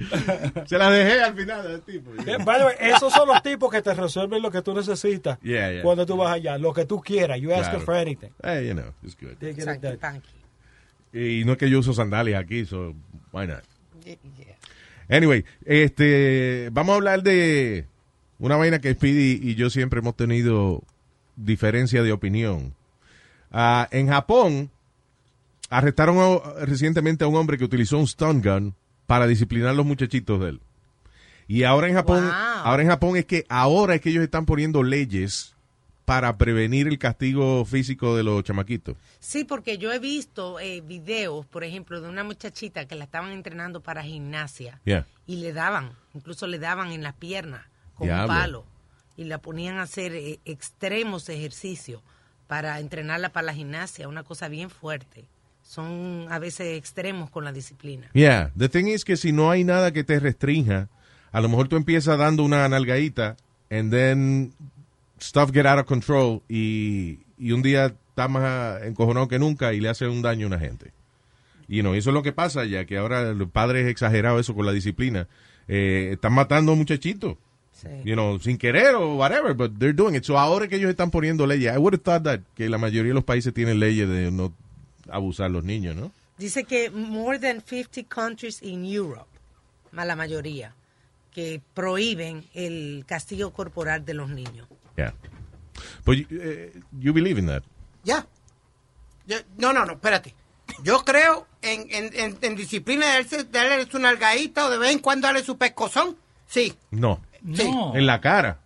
[SPEAKER 4] Se las dejé al final del tipo.
[SPEAKER 14] Eh, by the way, esos son los tipos que te resuelven lo que tú necesitas
[SPEAKER 4] Yeah, yeah.
[SPEAKER 14] cuando tú vas allá. Lo que tú quieras. You ask
[SPEAKER 4] Claro.
[SPEAKER 14] them for anything.
[SPEAKER 4] Hey, you know, it's good.
[SPEAKER 14] They get it done.
[SPEAKER 4] Y no es que yo uso sandalias aquí, so why not? Anyway, este, vamos a hablar de una vaina que Speedy y yo siempre hemos tenido diferencia de opinión. Ah, en Japón arrestaron a- recientemente a un hombre que utilizó un stun gun para disciplinar a los muchachitos de él. Y ahora en Japón, ahora en Japón es que ahora es que ellos están poniendo leyes para prevenir el castigo físico de los chamaquitos.
[SPEAKER 8] Sí, porque yo he visto eh, videos, por ejemplo, de una muchachita que la estaban entrenando para gimnasia
[SPEAKER 4] Yeah.
[SPEAKER 8] y le daban, incluso le daban en las piernas con un
[SPEAKER 4] Diablo.
[SPEAKER 8] palo y la ponían a hacer eh, extremos ejercicios para entrenarla para la gimnasia, una cosa bien fuerte. Son a veces extremos con la disciplina.
[SPEAKER 4] Yeah, the thing is que si no hay nada que te restrinja, a lo mejor tú empiezas dando una nalgadita and then stuff get out of control y, y un día estás más encojonado que nunca y le hace un daño a una gente. Y no, eso es lo que pasa ya, que ahora los padres exagerados eso con la disciplina. Eh, están matando a muchachitos. You know, sin querer o whatever, but they're doing it. So ahora que ellos están poniendo leyes, I would have thought that que la mayoría de los países tienen leyes de no abusar a los niños, ¿no?
[SPEAKER 8] Dice que more than 50 countries in Europe, más la mayoría, que prohíben el castigo corporal de los niños.
[SPEAKER 4] Yeah. But you, eh, you believe in that.
[SPEAKER 11] Ya. Yo- no, no, no, espérate. Yo creo en, en, en, en disciplina de darse- darle su nalgadita o de vez en cuando darle su pescozón. Sí,
[SPEAKER 4] No.
[SPEAKER 11] sí.
[SPEAKER 4] En la cara.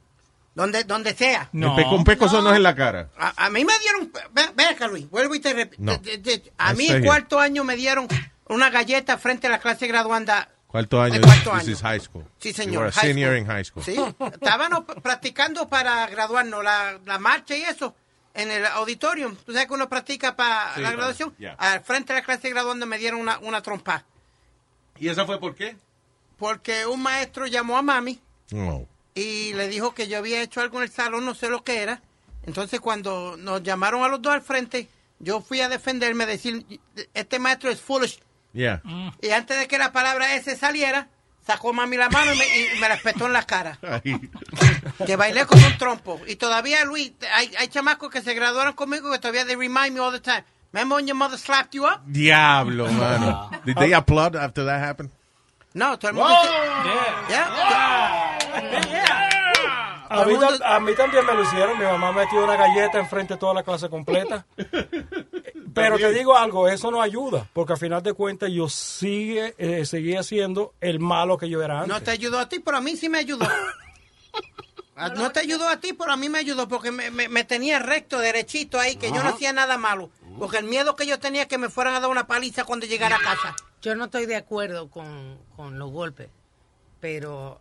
[SPEAKER 11] Donde, donde sea.
[SPEAKER 4] El pe- un pescozo no. es en la cara.
[SPEAKER 11] A, a mí me dieron. Ve, ve acá, Luis, vuelvo y te repito.
[SPEAKER 4] No.
[SPEAKER 11] A
[SPEAKER 4] I
[SPEAKER 11] mí
[SPEAKER 4] say
[SPEAKER 11] en
[SPEAKER 4] it.
[SPEAKER 11] cuarto año me dieron una galleta frente a la clase graduanda.
[SPEAKER 4] Cuarto año.
[SPEAKER 11] Ay, cuarto
[SPEAKER 4] This
[SPEAKER 11] año.
[SPEAKER 4] is high school.
[SPEAKER 11] Sí,
[SPEAKER 4] You
[SPEAKER 11] señor.
[SPEAKER 4] are a
[SPEAKER 11] high
[SPEAKER 4] senior
[SPEAKER 11] school.
[SPEAKER 4] in high school.
[SPEAKER 11] Sí, estábamos p- practicando para graduarnos, la, la marcha y eso, en el auditorium. Tú sabes que uno practica para
[SPEAKER 4] Sí,
[SPEAKER 11] la
[SPEAKER 4] para-
[SPEAKER 11] graduación.
[SPEAKER 4] yeah.
[SPEAKER 11] Al frente de la clase graduando me dieron una, una trompa.
[SPEAKER 4] ¿Y esa fue por qué?
[SPEAKER 11] Porque un maestro llamó a mami
[SPEAKER 4] No.
[SPEAKER 11] y le dijo que yo había hecho algo en el salón, no sé lo que era. Entonces cuando nos llamaron a los dos al frente, yo fui a defenderme, a decir, este maestro es foolish.
[SPEAKER 4] Yeah.
[SPEAKER 11] Y antes de que la palabra S saliera, sacó mami la mano y me, y me la espetó en la cara.
[SPEAKER 4] Ay.
[SPEAKER 11] Que bailé como un trompo. Y todavía, Luis, hay, hay chamacos que se graduaron conmigo que todavía they remind me all the time. Remember when your mother slapped you up? Ah.
[SPEAKER 4] Diablo, mano. Did they applaud after that happened?
[SPEAKER 11] No, todo el mundo... se- Yeah.
[SPEAKER 14] A mí, tam- a mí también me lo hicieron. Mi mamá metió una galleta enfrente de toda la clase completa. Pero te digo algo, eso no ayuda, porque al final de cuentas yo sigue, eh, seguía siendo el malo que yo era antes.
[SPEAKER 11] No te ayudó a ti, pero a mí sí me ayudó. Ah, No te ayudó a ti, pero a mí me ayudó porque me, me- me tenía recto, derechito ahí, que yo no
[SPEAKER 8] Ajá.
[SPEAKER 11] hacía nada malo. Porque el miedo que yo tenía es que me fueran a dar una paliza cuando llegara a casa.
[SPEAKER 8] Yo no estoy de acuerdo con, con los golpes, pero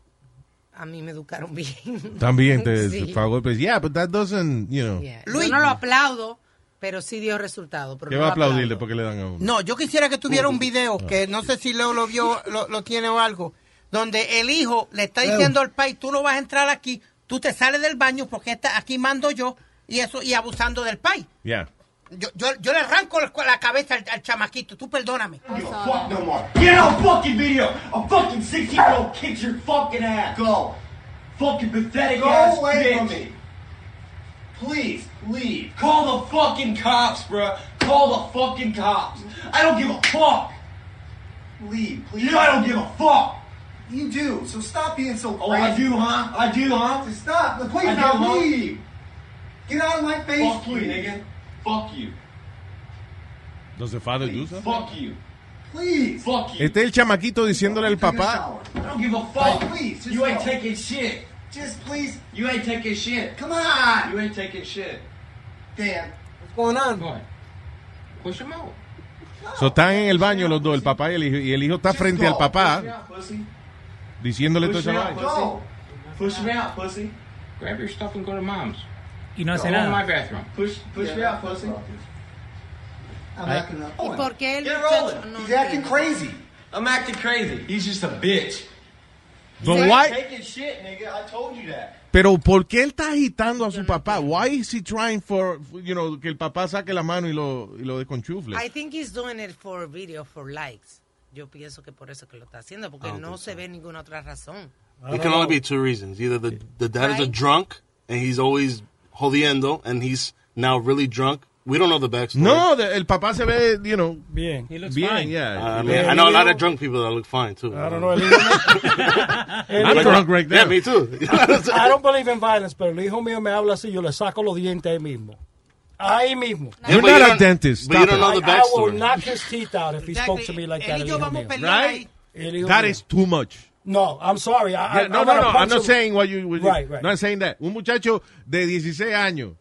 [SPEAKER 8] a mí me educaron bien.
[SPEAKER 4] También te
[SPEAKER 8] Sí.
[SPEAKER 4] pagó golpes. Yeah, but that doesn't, you know.
[SPEAKER 8] Yeah. Yo no lo aplaudo, pero sí dio resultado. pero
[SPEAKER 4] ¿Qué
[SPEAKER 8] no
[SPEAKER 4] va a
[SPEAKER 8] lo aplaudo.
[SPEAKER 4] aplaudirle porque le dan a uno?
[SPEAKER 11] No, yo quisiera que tuviera un video, que no sé si Leo lo vio, lo, lo tiene o algo, donde el hijo le está diciendo al país, tú no vas a entrar aquí, tú te sales del baño porque está, aquí mando yo, y eso, y abusando del país.
[SPEAKER 4] Yeah.
[SPEAKER 11] Yo, yo, yo le arranco la- la cabeza al, al chamaquito, tú perdóname.
[SPEAKER 15] Fuck no more. Get out fucking video. A fucking 16 year old kicks your fucking ass. Go. Fucking pathetic
[SPEAKER 16] Go
[SPEAKER 15] ass
[SPEAKER 16] away
[SPEAKER 15] bitch.
[SPEAKER 16] from me.
[SPEAKER 15] Please leave. Call the fucking cops, bruh. Call the fucking cops. I don't give a fuck. Leave, please. You know I don't give a fuck. You do. So stop being so. Oh, I do, huh? I do, huh? Just stop.
[SPEAKER 16] Please,
[SPEAKER 15] I do,
[SPEAKER 16] now
[SPEAKER 15] huh?
[SPEAKER 16] leave. Get out of my face,
[SPEAKER 15] Fuck you,
[SPEAKER 16] please.
[SPEAKER 15] nigga. Fuck you.
[SPEAKER 4] Does the father do so?
[SPEAKER 15] Fuck you. Please. Fuck you.
[SPEAKER 4] Este es el chamaquito diciéndole al papá.
[SPEAKER 15] I don't give a fuck. Oh, please, you ain't taking shit. Just please. You ain't taking shit. Come on. You ain't taking shit. Damn. What's going on? boy? Push him out.
[SPEAKER 4] So, están en el baño los dos, el papá y el hijo. Y el hijo está frente al
[SPEAKER 15] Push me
[SPEAKER 4] papá
[SPEAKER 15] out,
[SPEAKER 12] Pues
[SPEAKER 15] pussy.
[SPEAKER 4] diciéndole todo
[SPEAKER 15] Push
[SPEAKER 4] eso.
[SPEAKER 15] me out, pussy.
[SPEAKER 12] Pues
[SPEAKER 15] Push me out, pussy. Grab your stuff and go to mom's.
[SPEAKER 7] Y no hace
[SPEAKER 15] Go in
[SPEAKER 7] nada.
[SPEAKER 15] my bathroom.
[SPEAKER 12] Pues,
[SPEAKER 15] Push, push me out, pussy. I'm
[SPEAKER 7] Ay.
[SPEAKER 15] acting up.
[SPEAKER 8] ¿Y por qué el
[SPEAKER 15] Get
[SPEAKER 8] muchacho
[SPEAKER 15] rolling.
[SPEAKER 8] no
[SPEAKER 15] He's acting
[SPEAKER 8] entiende?
[SPEAKER 15] crazy. I'm acting crazy. He's just a bitch.
[SPEAKER 4] But
[SPEAKER 15] You ain't
[SPEAKER 4] why-
[SPEAKER 15] Taking shit, nigga. I told you that.
[SPEAKER 4] Pero ¿por qué él está agitando a su papá? Why is he trying for, you know, que el papá saque la mano y lo, y lo desconchufle?
[SPEAKER 8] I think he's doing it for video, for likes. Yo pienso que por eso que lo está haciendo,
[SPEAKER 4] Ah,
[SPEAKER 8] porque no se ve ninguna otra razón.
[SPEAKER 17] It can only be two reasons. Either the, the dad is a
[SPEAKER 8] Right.
[SPEAKER 17] drunk and he's always jodiendo and he's now really drunk. We don't know the backstory.
[SPEAKER 4] No, de- el papá se ve, you know,
[SPEAKER 14] bien.
[SPEAKER 4] bien, yeah.
[SPEAKER 17] I, mean, I know a lot of drunk people that look fine too. I don't know.
[SPEAKER 4] I'm drunk right
[SPEAKER 17] Yeah,
[SPEAKER 4] now.
[SPEAKER 17] me too.
[SPEAKER 14] I don't believe in violence, pero el hijo mío me habla así, yo le saco los dientes ahí mismo. Ahí mismo.
[SPEAKER 4] You're not a dentist.
[SPEAKER 17] but you
[SPEAKER 4] Stop
[SPEAKER 17] don't know
[SPEAKER 4] it.
[SPEAKER 17] the
[SPEAKER 14] I will
[SPEAKER 17] backstory.
[SPEAKER 14] knock his teeth out if he spoke to me like that. El hijo mío.
[SPEAKER 4] Right?
[SPEAKER 14] El hijo
[SPEAKER 4] That
[SPEAKER 14] mío.
[SPEAKER 4] is too much.
[SPEAKER 14] No, I'm sorry. I,
[SPEAKER 4] Yeah,
[SPEAKER 14] I,
[SPEAKER 4] no,
[SPEAKER 14] I
[SPEAKER 4] no,
[SPEAKER 14] wanna
[SPEAKER 4] no. I'm
[SPEAKER 14] punch
[SPEAKER 4] not
[SPEAKER 14] him.
[SPEAKER 4] saying what you. what you-
[SPEAKER 14] Right, right.
[SPEAKER 4] No, I'm saying that. Un muchacho de 16 años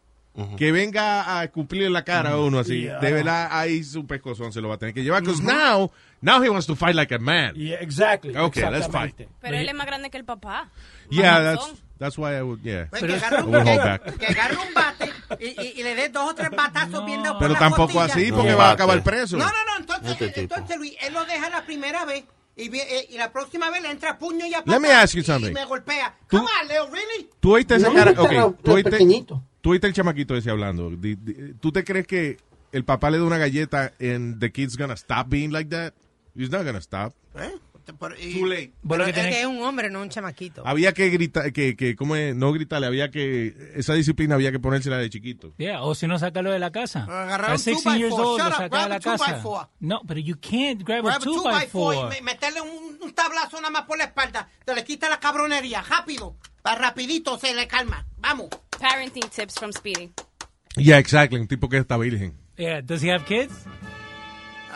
[SPEAKER 4] que venga a cumplir la cara a uno así,
[SPEAKER 14] Yeah.
[SPEAKER 4] de verdad, ahí su pescozón se lo va a tener que llevar. Because now, now he wants to fight like a man.
[SPEAKER 14] Yeah, exactly.
[SPEAKER 4] Okay, let's fight.
[SPEAKER 2] Pero él es más grande que el papá.
[SPEAKER 4] Yeah,
[SPEAKER 2] Más
[SPEAKER 4] that's,
[SPEAKER 2] razón.
[SPEAKER 4] that's why I would, yeah.
[SPEAKER 11] Pues que
[SPEAKER 4] I
[SPEAKER 11] agarre un,
[SPEAKER 4] would hold back.
[SPEAKER 11] que, que agarre un bate y, y- y le dé dos o tres batazos bien dados por
[SPEAKER 4] Pero
[SPEAKER 11] la
[SPEAKER 4] tampoco
[SPEAKER 11] costilla.
[SPEAKER 4] así, porque va a acabar preso.
[SPEAKER 11] No, no, no, entonces, eh,
[SPEAKER 4] Este tipo.
[SPEAKER 11] entonces Luis, él lo deja la primera vez y, vi- eh, y la próxima vez le entra a puño y a
[SPEAKER 4] Let me
[SPEAKER 11] patada
[SPEAKER 4] ask you
[SPEAKER 11] y-
[SPEAKER 4] something.
[SPEAKER 11] Y me golpea.
[SPEAKER 4] Tú-
[SPEAKER 11] Come on, Leo, really?
[SPEAKER 4] Tú oíste ese
[SPEAKER 11] No,
[SPEAKER 4] cara.
[SPEAKER 11] no,
[SPEAKER 4] Ok,
[SPEAKER 11] pero-
[SPEAKER 4] tú
[SPEAKER 11] pero
[SPEAKER 4] oíste,
[SPEAKER 11] pequeñito.
[SPEAKER 4] tú oíste el chamaquito ese hablando. Di- di- ¿Tú te crees que el papá le da una galleta and the kid's gonna stop being like that? He's not gonna stop.
[SPEAKER 11] Eh, Too
[SPEAKER 4] late.
[SPEAKER 8] Pero es que es un hombre, no un chamaquito.
[SPEAKER 4] Había que gritar, que, que, ¿cómo es? No gritarle, había que, esa disciplina había que ponérsela de chiquito.
[SPEAKER 7] Yeah, o si no, sacarlo de la casa.
[SPEAKER 11] Agarrar
[SPEAKER 7] At
[SPEAKER 11] un
[SPEAKER 7] 16
[SPEAKER 11] two by
[SPEAKER 7] years
[SPEAKER 11] four.
[SPEAKER 7] old, lo
[SPEAKER 11] Shut up,
[SPEAKER 7] saca de
[SPEAKER 11] grab
[SPEAKER 7] la
[SPEAKER 11] a two by
[SPEAKER 7] casa.
[SPEAKER 11] four.
[SPEAKER 7] No, pero you can't grab,
[SPEAKER 11] Grab
[SPEAKER 7] a 2 by 4
[SPEAKER 11] y me- meterle un, un tablazo nada más por la espalda. Te le quita la cabronería, rápido. Va rapidito, se le calma. Vamos.
[SPEAKER 2] Parenting tips from Speedy.
[SPEAKER 4] Yeah, exactly. Un tipo que está virgen.
[SPEAKER 7] Yeah, does he have kids?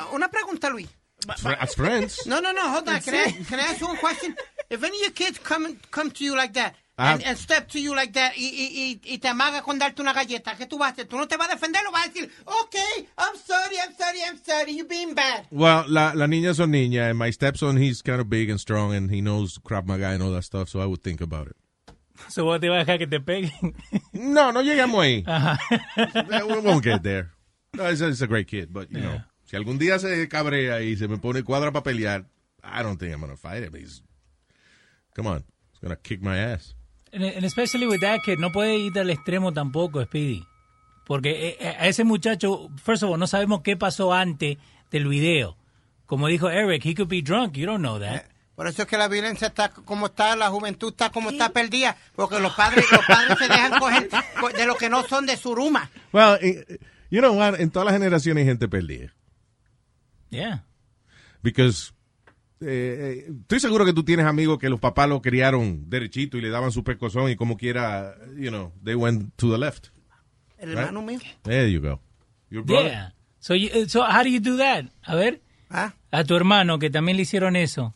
[SPEAKER 11] Ah, Una pregunta, Luis. Va-
[SPEAKER 4] Fr- As friends.
[SPEAKER 11] No, no, no. Hold on. Can I, can I ask you one question? If any of your kids come come to you like that
[SPEAKER 4] Ah.
[SPEAKER 11] and, and step to you like that y, y, y, y te amaga con darte una galleta, ¿qué tú vas a hacer? ¿Tú no te vas a defender o vas a decir, okay, I'm sorry, I'm sorry, I'm sorry, you're being bad?
[SPEAKER 4] Well, la, la niña son niña, and my stepson, he's kind of big and strong, and he knows Krav Maga and all that stuff, so I would think about it.
[SPEAKER 7] So vos te vas a dejar que te peguen.
[SPEAKER 4] No, no llegamos ahí. We won't get there. No, it's, a- it's a great kid, but, you know. Si algún día se cabrea y se me pone cuadra para pelear, I don't think I'm going to fight him. He's, come on, he's going to kick my ass.
[SPEAKER 7] And, and especially with that kid, no puede ir al extremo tampoco, Speedy. Porque eh, a ese muchacho, first of all, no sabemos qué pasó antes del video. Como dijo Eric, he could be drunk. You don't know that.
[SPEAKER 11] Por eso es que la violencia está como está, la juventud está como está perdida, porque los padres, los padres se dejan coger co- de los que no son de Suruma.
[SPEAKER 4] Well, eh, eh, you know what? En todas las generaciones hay gente perdida.
[SPEAKER 7] Yeah.
[SPEAKER 4] Because eh, eh, estoy seguro que tú tienes amigos que los papás lo criaron derechito y le daban su pescozón y como quiera, you know, they went to the left.
[SPEAKER 11] El
[SPEAKER 4] Right?
[SPEAKER 11] hermano mío.
[SPEAKER 4] There you go. Your brother.
[SPEAKER 7] Yeah. So, you- eh, so how do you do that? A ver.
[SPEAKER 11] Ah.
[SPEAKER 7] A tu hermano que también le hicieron eso.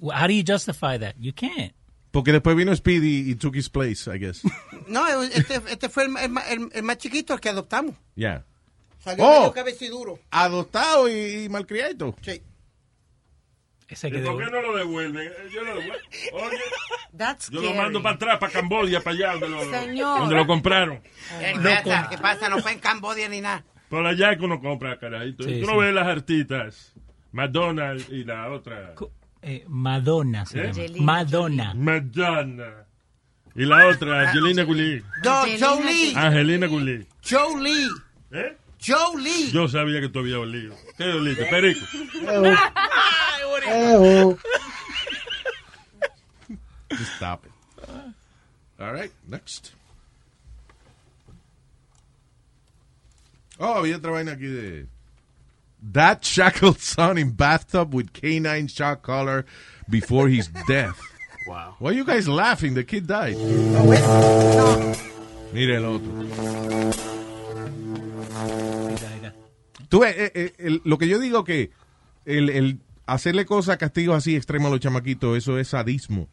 [SPEAKER 7] How do you justify that? You can't.
[SPEAKER 4] Porque después vino Speedy y took his place, I guess.
[SPEAKER 11] No, este, este fue el, ma- el ma- el- el más chiquito, el que adoptamos.
[SPEAKER 4] Yeah.
[SPEAKER 11] Salió
[SPEAKER 4] Oh.
[SPEAKER 11] medio cabeciduro.
[SPEAKER 4] Adoptado y, y malcriado.
[SPEAKER 11] Sí.
[SPEAKER 7] Ese
[SPEAKER 13] ¿Y
[SPEAKER 7] que
[SPEAKER 13] por
[SPEAKER 7] devuelve.
[SPEAKER 13] qué no lo devuelven? Eh, Yo lo devuelvo. Oye,
[SPEAKER 8] That's
[SPEAKER 13] yo lo
[SPEAKER 8] scary.
[SPEAKER 13] mando para atrás, para Cambodia, para allá donde lo,
[SPEAKER 8] Señor.
[SPEAKER 13] donde lo compraron.
[SPEAKER 11] ¿Qué
[SPEAKER 13] No
[SPEAKER 11] pasa?
[SPEAKER 13] con-
[SPEAKER 11] ¿Qué pasa? No fue en Cambodia ni nada.
[SPEAKER 13] Por allá que uno compra, carajito.
[SPEAKER 7] Sí,
[SPEAKER 13] Tú no
[SPEAKER 7] sí.
[SPEAKER 13] ves las artistas, Madonna y la otra.
[SPEAKER 7] Eh, Madonna se
[SPEAKER 13] ¿Eh?
[SPEAKER 7] llama.
[SPEAKER 13] Angelina
[SPEAKER 7] Madonna.
[SPEAKER 13] Madonna. Y la otra, Angelina Gulli.
[SPEAKER 11] No, Jolie.
[SPEAKER 13] Angelina Gulli.
[SPEAKER 11] Jolie.
[SPEAKER 13] ¿Eh?
[SPEAKER 11] Jolie.
[SPEAKER 13] Yo sabía que tú habías olido. ¿Qué oliste, perico?
[SPEAKER 11] Ah.
[SPEAKER 4] Stop it. All right, next. Oh, había otra vaina aquí de... That shackled son in bathtub with canine shock collar before his death.
[SPEAKER 17] Wow.
[SPEAKER 4] Why you guys laughing? The kid died. Mire el otro. Tú, ves, eh, eh, el- lo que yo digo que el, el hacerle cosas, castigos así extremos a los chamaquitos, eso es sadismo.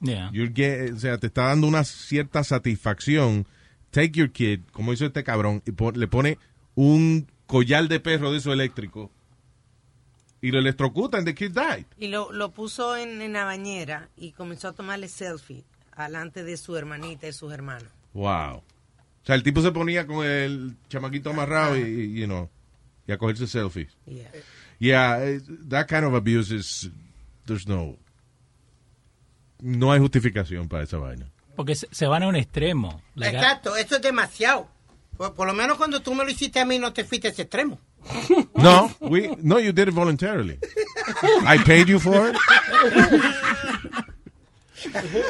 [SPEAKER 7] Yeah.
[SPEAKER 4] You're get- o sea, te está dando una cierta satisfacción. Take your kid, como hizo este cabrón, y pon- le pone un collar de perro de eso eléctrico y lo electrocuta and the kid died.
[SPEAKER 8] Y lo, lo puso en, en la bañera y comenzó a tomarle selfie alante de su hermanita y sus hermanos.
[SPEAKER 4] Wow. O sea, el tipo se ponía con el chamaquito amarrado y, y, you know, y a cogerse selfies.
[SPEAKER 8] Yeah.
[SPEAKER 4] Yeah, eh, that kind of abuse is, there's no, no hay justificación para esa vaina.
[SPEAKER 7] Porque se, se van a un extremo. Legal.
[SPEAKER 11] Exacto, eso es demasiado. Por, por lo menos cuando tú me lo hiciste a mí no te fuiste a ese extremo.
[SPEAKER 4] No, we, no, you did it voluntarily. I paid you for it.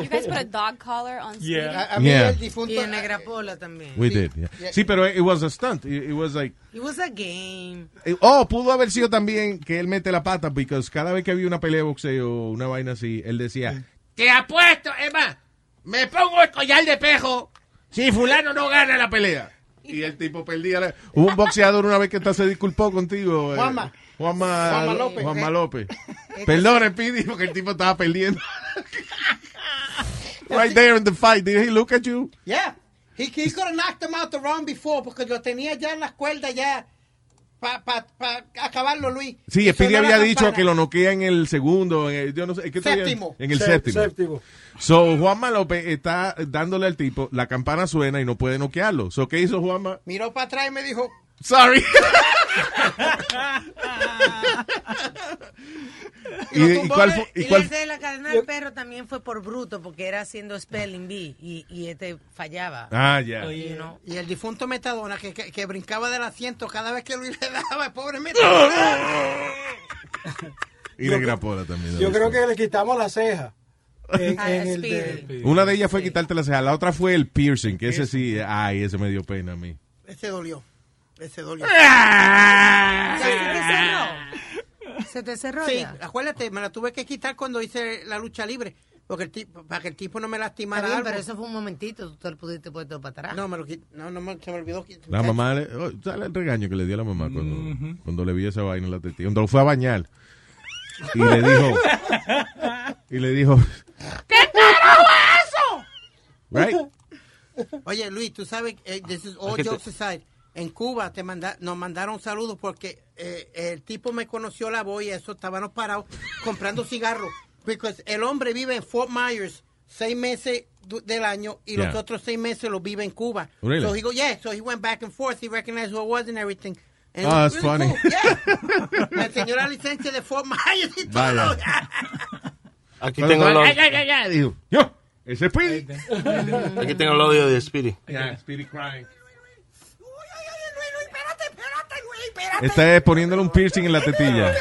[SPEAKER 18] you guys put a dog collar on Speedy?
[SPEAKER 4] A- a mí Yeah. el
[SPEAKER 11] difunto-
[SPEAKER 8] Y en Negra Pola también.
[SPEAKER 4] We did. yeah. Sí, pero eh, it was a stunt. It, it was like,
[SPEAKER 8] It was a game.
[SPEAKER 4] eh, oh, pudo haber sido también que él mete la pata, because cada vez que había una pelea de boxeo o una vaina así, él decía,
[SPEAKER 11] Te apuesto, Emma, me pongo el collar de pejo
[SPEAKER 4] si fulano no gana la pelea. Y el tipo perdía. la- Hubo un boxeador una vez que hasta se disculpó contigo. eh,
[SPEAKER 11] Juanma.
[SPEAKER 4] Juanma,
[SPEAKER 11] Juanma López. Eh,
[SPEAKER 4] Juanma López. Perdón, Speedy, porque el tipo estaba perdiendo. right there in the fight. Did he look at you?
[SPEAKER 11] Yeah. He, he could have knocked him out the round before porque lo tenía ya en las cuerdas ya para pa, pa acabarlo, Luis.
[SPEAKER 4] Sí,
[SPEAKER 11] Y
[SPEAKER 4] Speedy
[SPEAKER 11] sonó la
[SPEAKER 4] había dicho
[SPEAKER 11] campana.
[SPEAKER 4] que lo noquea en el segundo, en el, yo no sé, ¿qué todavía?
[SPEAKER 11] Séptimo.
[SPEAKER 4] En el
[SPEAKER 11] Sé-
[SPEAKER 4] séptimo.
[SPEAKER 11] séptimo.
[SPEAKER 4] So, Juanma López está dándole al tipo, la campana suena y no puede noquearlo. So, ¿qué hizo Juanma?
[SPEAKER 11] Miró para atrás y me dijo...
[SPEAKER 4] Sorry.
[SPEAKER 8] Y,
[SPEAKER 4] ¿Y- y cuál fue- y
[SPEAKER 8] el
[SPEAKER 4] cuál-
[SPEAKER 8] de la cadena del perro también fue por bruto porque era haciendo spelling bee y, y este fallaba.
[SPEAKER 4] Ah, ya.
[SPEAKER 8] You know.
[SPEAKER 11] Y el difunto Metadona que, que, que brincaba del asiento cada vez que Luis le daba, el pobre Metadona.
[SPEAKER 4] Y de Grapola también.
[SPEAKER 14] Yo creo que le quitamos la ceja. En,
[SPEAKER 11] Ah,
[SPEAKER 14] en el
[SPEAKER 11] Speedy.
[SPEAKER 14] de-
[SPEAKER 4] Una de ellas fue quitarte la ceja, la otra fue el piercing, que ese sí, ay, ese me dio pena a mí.
[SPEAKER 11] Ese dolió. Ese dolió.
[SPEAKER 8] Se te cerró
[SPEAKER 11] Sí,
[SPEAKER 8] ya.
[SPEAKER 11] acuérdate, me la tuve que quitar cuando hice la lucha libre. Porque el tipo, para que el tipo no me
[SPEAKER 8] Está
[SPEAKER 11] lastimara
[SPEAKER 8] bien,
[SPEAKER 11] algo.
[SPEAKER 8] pero eso fue un momentito, tú te lo pudiste poner todo para atrás.
[SPEAKER 11] No, me lo quit- no, no me- se me olvidó. que-
[SPEAKER 4] La mamá, le- oh, ¿sabes el regaño que le dio a la mamá cuando, cuando le vi esa vaina en la tetilla? Cuando lo fue a bañar. Y le dijo, y le dijo,
[SPEAKER 11] ¿Qué carajo es eso?
[SPEAKER 4] right?
[SPEAKER 11] Oye, Luis, tú sabes, eh, this is
[SPEAKER 4] Es
[SPEAKER 11] all
[SPEAKER 4] que te-
[SPEAKER 11] jokes aside. En Cuba te manda, nos mandaron saludos porque eh, el tipo me conoció la voz y eso, estábamos parados comprando cigarros. Because el hombre vive en Fort Myers seis meses du- del año y los
[SPEAKER 4] Yeah.
[SPEAKER 11] otros seis meses los vive en Cuba.
[SPEAKER 4] Really?
[SPEAKER 11] So he go, yeah, so he went back and forth, he recognized who I was and everything. And it
[SPEAKER 4] Ah,
[SPEAKER 11] was
[SPEAKER 4] that's
[SPEAKER 11] really
[SPEAKER 4] funny.
[SPEAKER 11] cool, yeah. Me enseñó la licencia de Fort Myers y todo.
[SPEAKER 4] Vaya.
[SPEAKER 17] Aquí
[SPEAKER 4] Cuando
[SPEAKER 17] tengo el
[SPEAKER 4] estaba-
[SPEAKER 17] audio.
[SPEAKER 4] Ay, ay, ay, ay, dijo, yo, ese es Speedy.
[SPEAKER 17] Aquí tengo el audio de Speedy.
[SPEAKER 4] Yeah, Speedy crying. Está eh, poniéndole un piercing en la tetilla.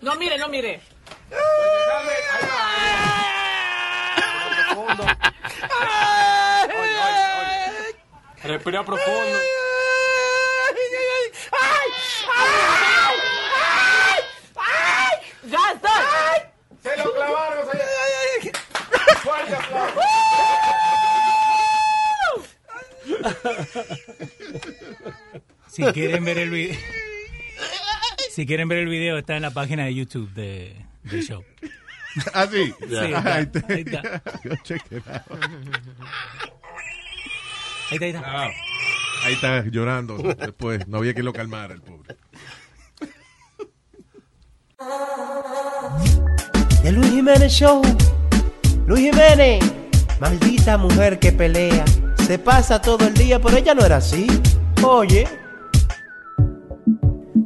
[SPEAKER 12] No mire, no mire.
[SPEAKER 14] Respira profundo.
[SPEAKER 12] ¡Ya está! ¡Se lo clavaron!
[SPEAKER 7] Si quieren ver el video. Si quieren ver el video, está en la página de YouTube de, del show.
[SPEAKER 4] Ah, sí.
[SPEAKER 7] Sí, ahí está,
[SPEAKER 4] Ahí está.
[SPEAKER 7] ahí está.
[SPEAKER 4] Yo check it out.
[SPEAKER 7] Ahí está, ahí está.
[SPEAKER 4] Ahí está llorando después. No había que lo calmara el pobre.
[SPEAKER 19] The Luis Jiménez Show. Luis Jiménez, maldita mujer que pelea. Se pasa todo el día, pero ella no era así. Oye.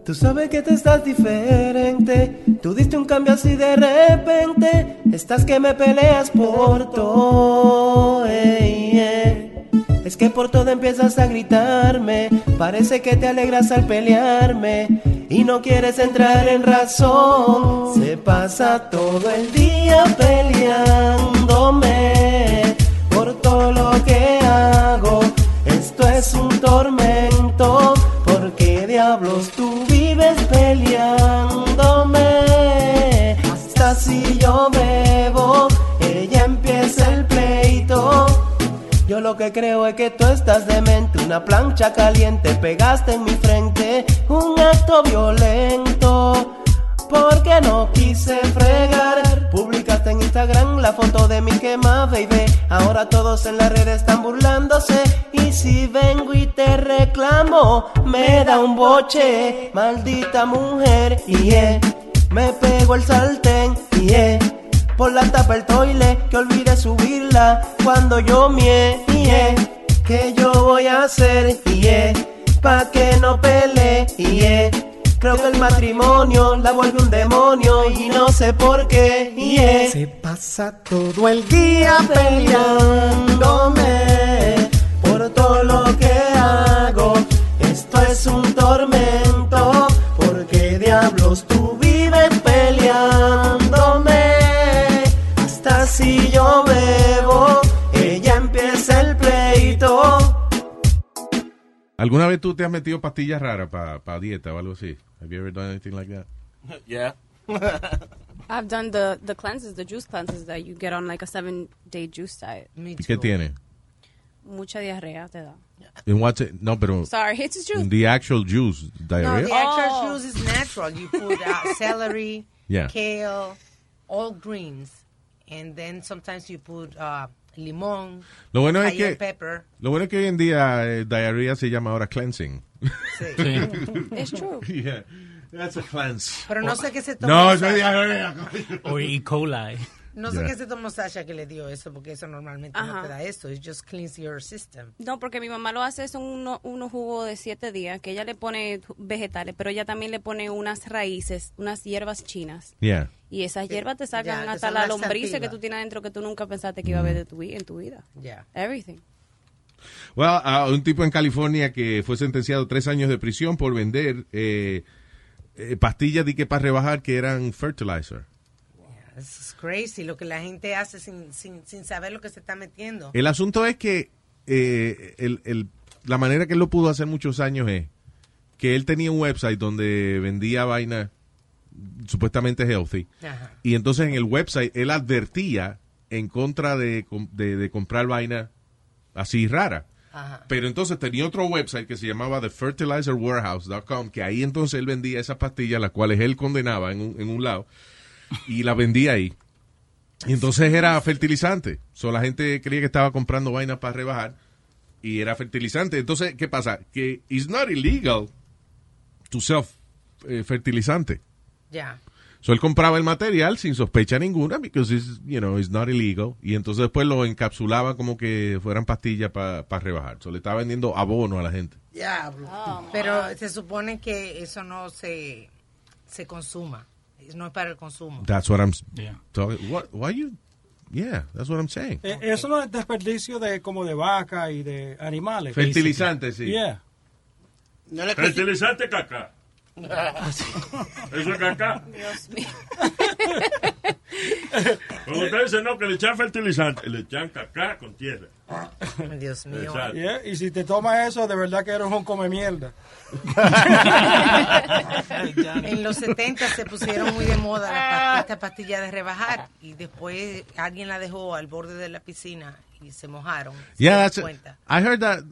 [SPEAKER 19] Tú sabes que te estás diferente. Tú diste un cambio así de repente. Estás que me peleas por todo. eh, ey, ey. Es que por todo empiezas a gritarme. Parece que te alegras al pelearme. Y no quieres entrar en razón. Se pasa todo el día peleándome. Por todo lo que hago. Esto es un tormento. Porque diablos tú vives peleándome. Hasta si yo bebo, ella empieza el pleito. Yo lo que creo es que tú estás demente. Una plancha caliente pegaste en mi frente. Un acto violento. Porque no quise fregar. Publicaste en Instagram la foto de mi quema, baby. Ahora todos en la red están burlándose. Y si vengo y te reclamo, me da un boche. Maldita mujer, y eh, me pego el saltén, y eh, por la tapa el toile, que olvidé subirla cuando yo mie, y eh, que yo voy a hacer, y eh, pa' que no pelee, y eh, creo que el matrimonio la vuelve un demonio y no sé por qué, y eh.
[SPEAKER 20] Se
[SPEAKER 19] pasa todo el día peleándome por todo lo que hago. Esto es un tormento, porque diablos tú vives peleándome. Hasta si yo bebo, ella empieza el pleito.
[SPEAKER 4] ¿Alguna vez tú te has metido pastillas raras para dieta o algo así? Have you ever done anything like that?
[SPEAKER 17] Yeah.
[SPEAKER 2] I've done the, the cleanses, the juice cleanses that you get on like a seven day juice diet.
[SPEAKER 4] ¿Y qué tiene?
[SPEAKER 2] Mucha diarrea te da.
[SPEAKER 4] In what's it- No, pero
[SPEAKER 2] Sorry, it's the juice.
[SPEAKER 4] the actual juice diarrhea.
[SPEAKER 8] No, the actual juice is natural. You put uh, celery,
[SPEAKER 4] Yeah.
[SPEAKER 8] kale, all greens, and then sometimes you put uh, limón,
[SPEAKER 4] Lo bueno es
[SPEAKER 8] cayenne
[SPEAKER 4] que
[SPEAKER 8] pepper.
[SPEAKER 4] lo bueno es que hoy en día eh, diarrea se llama ahora cleansing.
[SPEAKER 8] It's true.
[SPEAKER 4] Yeah, that's a cleanse.
[SPEAKER 8] Pero no sé qué se toma.
[SPEAKER 4] No, es diarrea.
[SPEAKER 7] O E. coli.
[SPEAKER 8] No sé
[SPEAKER 4] Yeah.
[SPEAKER 8] qué se tomó Sasha que le dio eso, porque eso normalmente no
[SPEAKER 2] Ajá.
[SPEAKER 8] te da eso. It just cleans your system.
[SPEAKER 2] No, porque mi mamá lo hace, son uno- unos jugos de siete días, que ella le pone vegetales, pero ella también le pone unas raíces, unas hierbas chinas.
[SPEAKER 4] Yeah.
[SPEAKER 2] Y esas hierbas te
[SPEAKER 8] Ya,
[SPEAKER 2] sacan
[SPEAKER 8] que
[SPEAKER 2] hasta
[SPEAKER 8] son
[SPEAKER 2] la
[SPEAKER 8] laxativas.
[SPEAKER 2] lombrices que tú tienes adentro que tú nunca pensaste que iba a
[SPEAKER 4] Mm.
[SPEAKER 2] haber de tu, vi- en tu vida.
[SPEAKER 8] Yeah.
[SPEAKER 2] Everything.
[SPEAKER 4] Well, a un tipo en California que fue sentenciado a tres años de prisión por vender eh, eh, pastillas de que para rebajar que eran fertilizer.
[SPEAKER 8] This is crazy lo que la gente hace sin, sin, sin saber lo que se está metiendo.
[SPEAKER 4] El asunto es que eh, el- el- la manera que él lo pudo hacer muchos años es que él tenía un website donde vendía vaina supuestamente healthy.
[SPEAKER 12] Ajá.
[SPEAKER 4] Y entonces en el website él advertía en contra de, com- de- de comprar vaina así rara.
[SPEAKER 12] Ajá.
[SPEAKER 4] Pero entonces tenía otro website que se llamaba thefertilizerwarehouse.com, que ahí entonces él vendía esas pastillas, las cuales él condenaba en un, en un lado, y las vendía ahí. Y entonces era fertilizante. So, la gente creía que estaba comprando vainas para rebajar y era fertilizante. Entonces, ¿qué pasa? Que it's not illegal to sell eh, fertilizante.
[SPEAKER 8] Ya.
[SPEAKER 4] So, él compraba el material sin sospecha ninguna because it's, you know, it's not illegal. Y entonces después lo encapsulaba como que fueran pastillas para rebajar. So, le estaba vendiendo abono a la gente.
[SPEAKER 8] Diablo. Pero se supone que eso no se, se consuma. No es para el consumo.
[SPEAKER 4] That's what I'm
[SPEAKER 8] Yeah.
[SPEAKER 4] talking- what- why you... Yeah, that's what I'm saying.
[SPEAKER 14] Eh, Eso no es desperdicio de como de vaca y de animales.
[SPEAKER 4] Fertilizante, sí.
[SPEAKER 14] Yeah.
[SPEAKER 13] Fertilizante caca. Eso es caca.
[SPEAKER 12] Dios mío.
[SPEAKER 13] Cuando usted dice no, que le echan fertilizante, le echan caca con tierra.
[SPEAKER 8] Dios mío.
[SPEAKER 13] Exacto.
[SPEAKER 14] Yeah, Y si te tomas eso, de verdad que eres un come mierda.
[SPEAKER 8] En los 70 se pusieron muy de moda
[SPEAKER 18] Ah.
[SPEAKER 8] las pas- estas pastillas de rebajar y después alguien la dejó al borde de la piscina y se mojaron. Se
[SPEAKER 4] Yeah,
[SPEAKER 8] dieron
[SPEAKER 4] that's
[SPEAKER 8] cuenta.
[SPEAKER 4] I heard that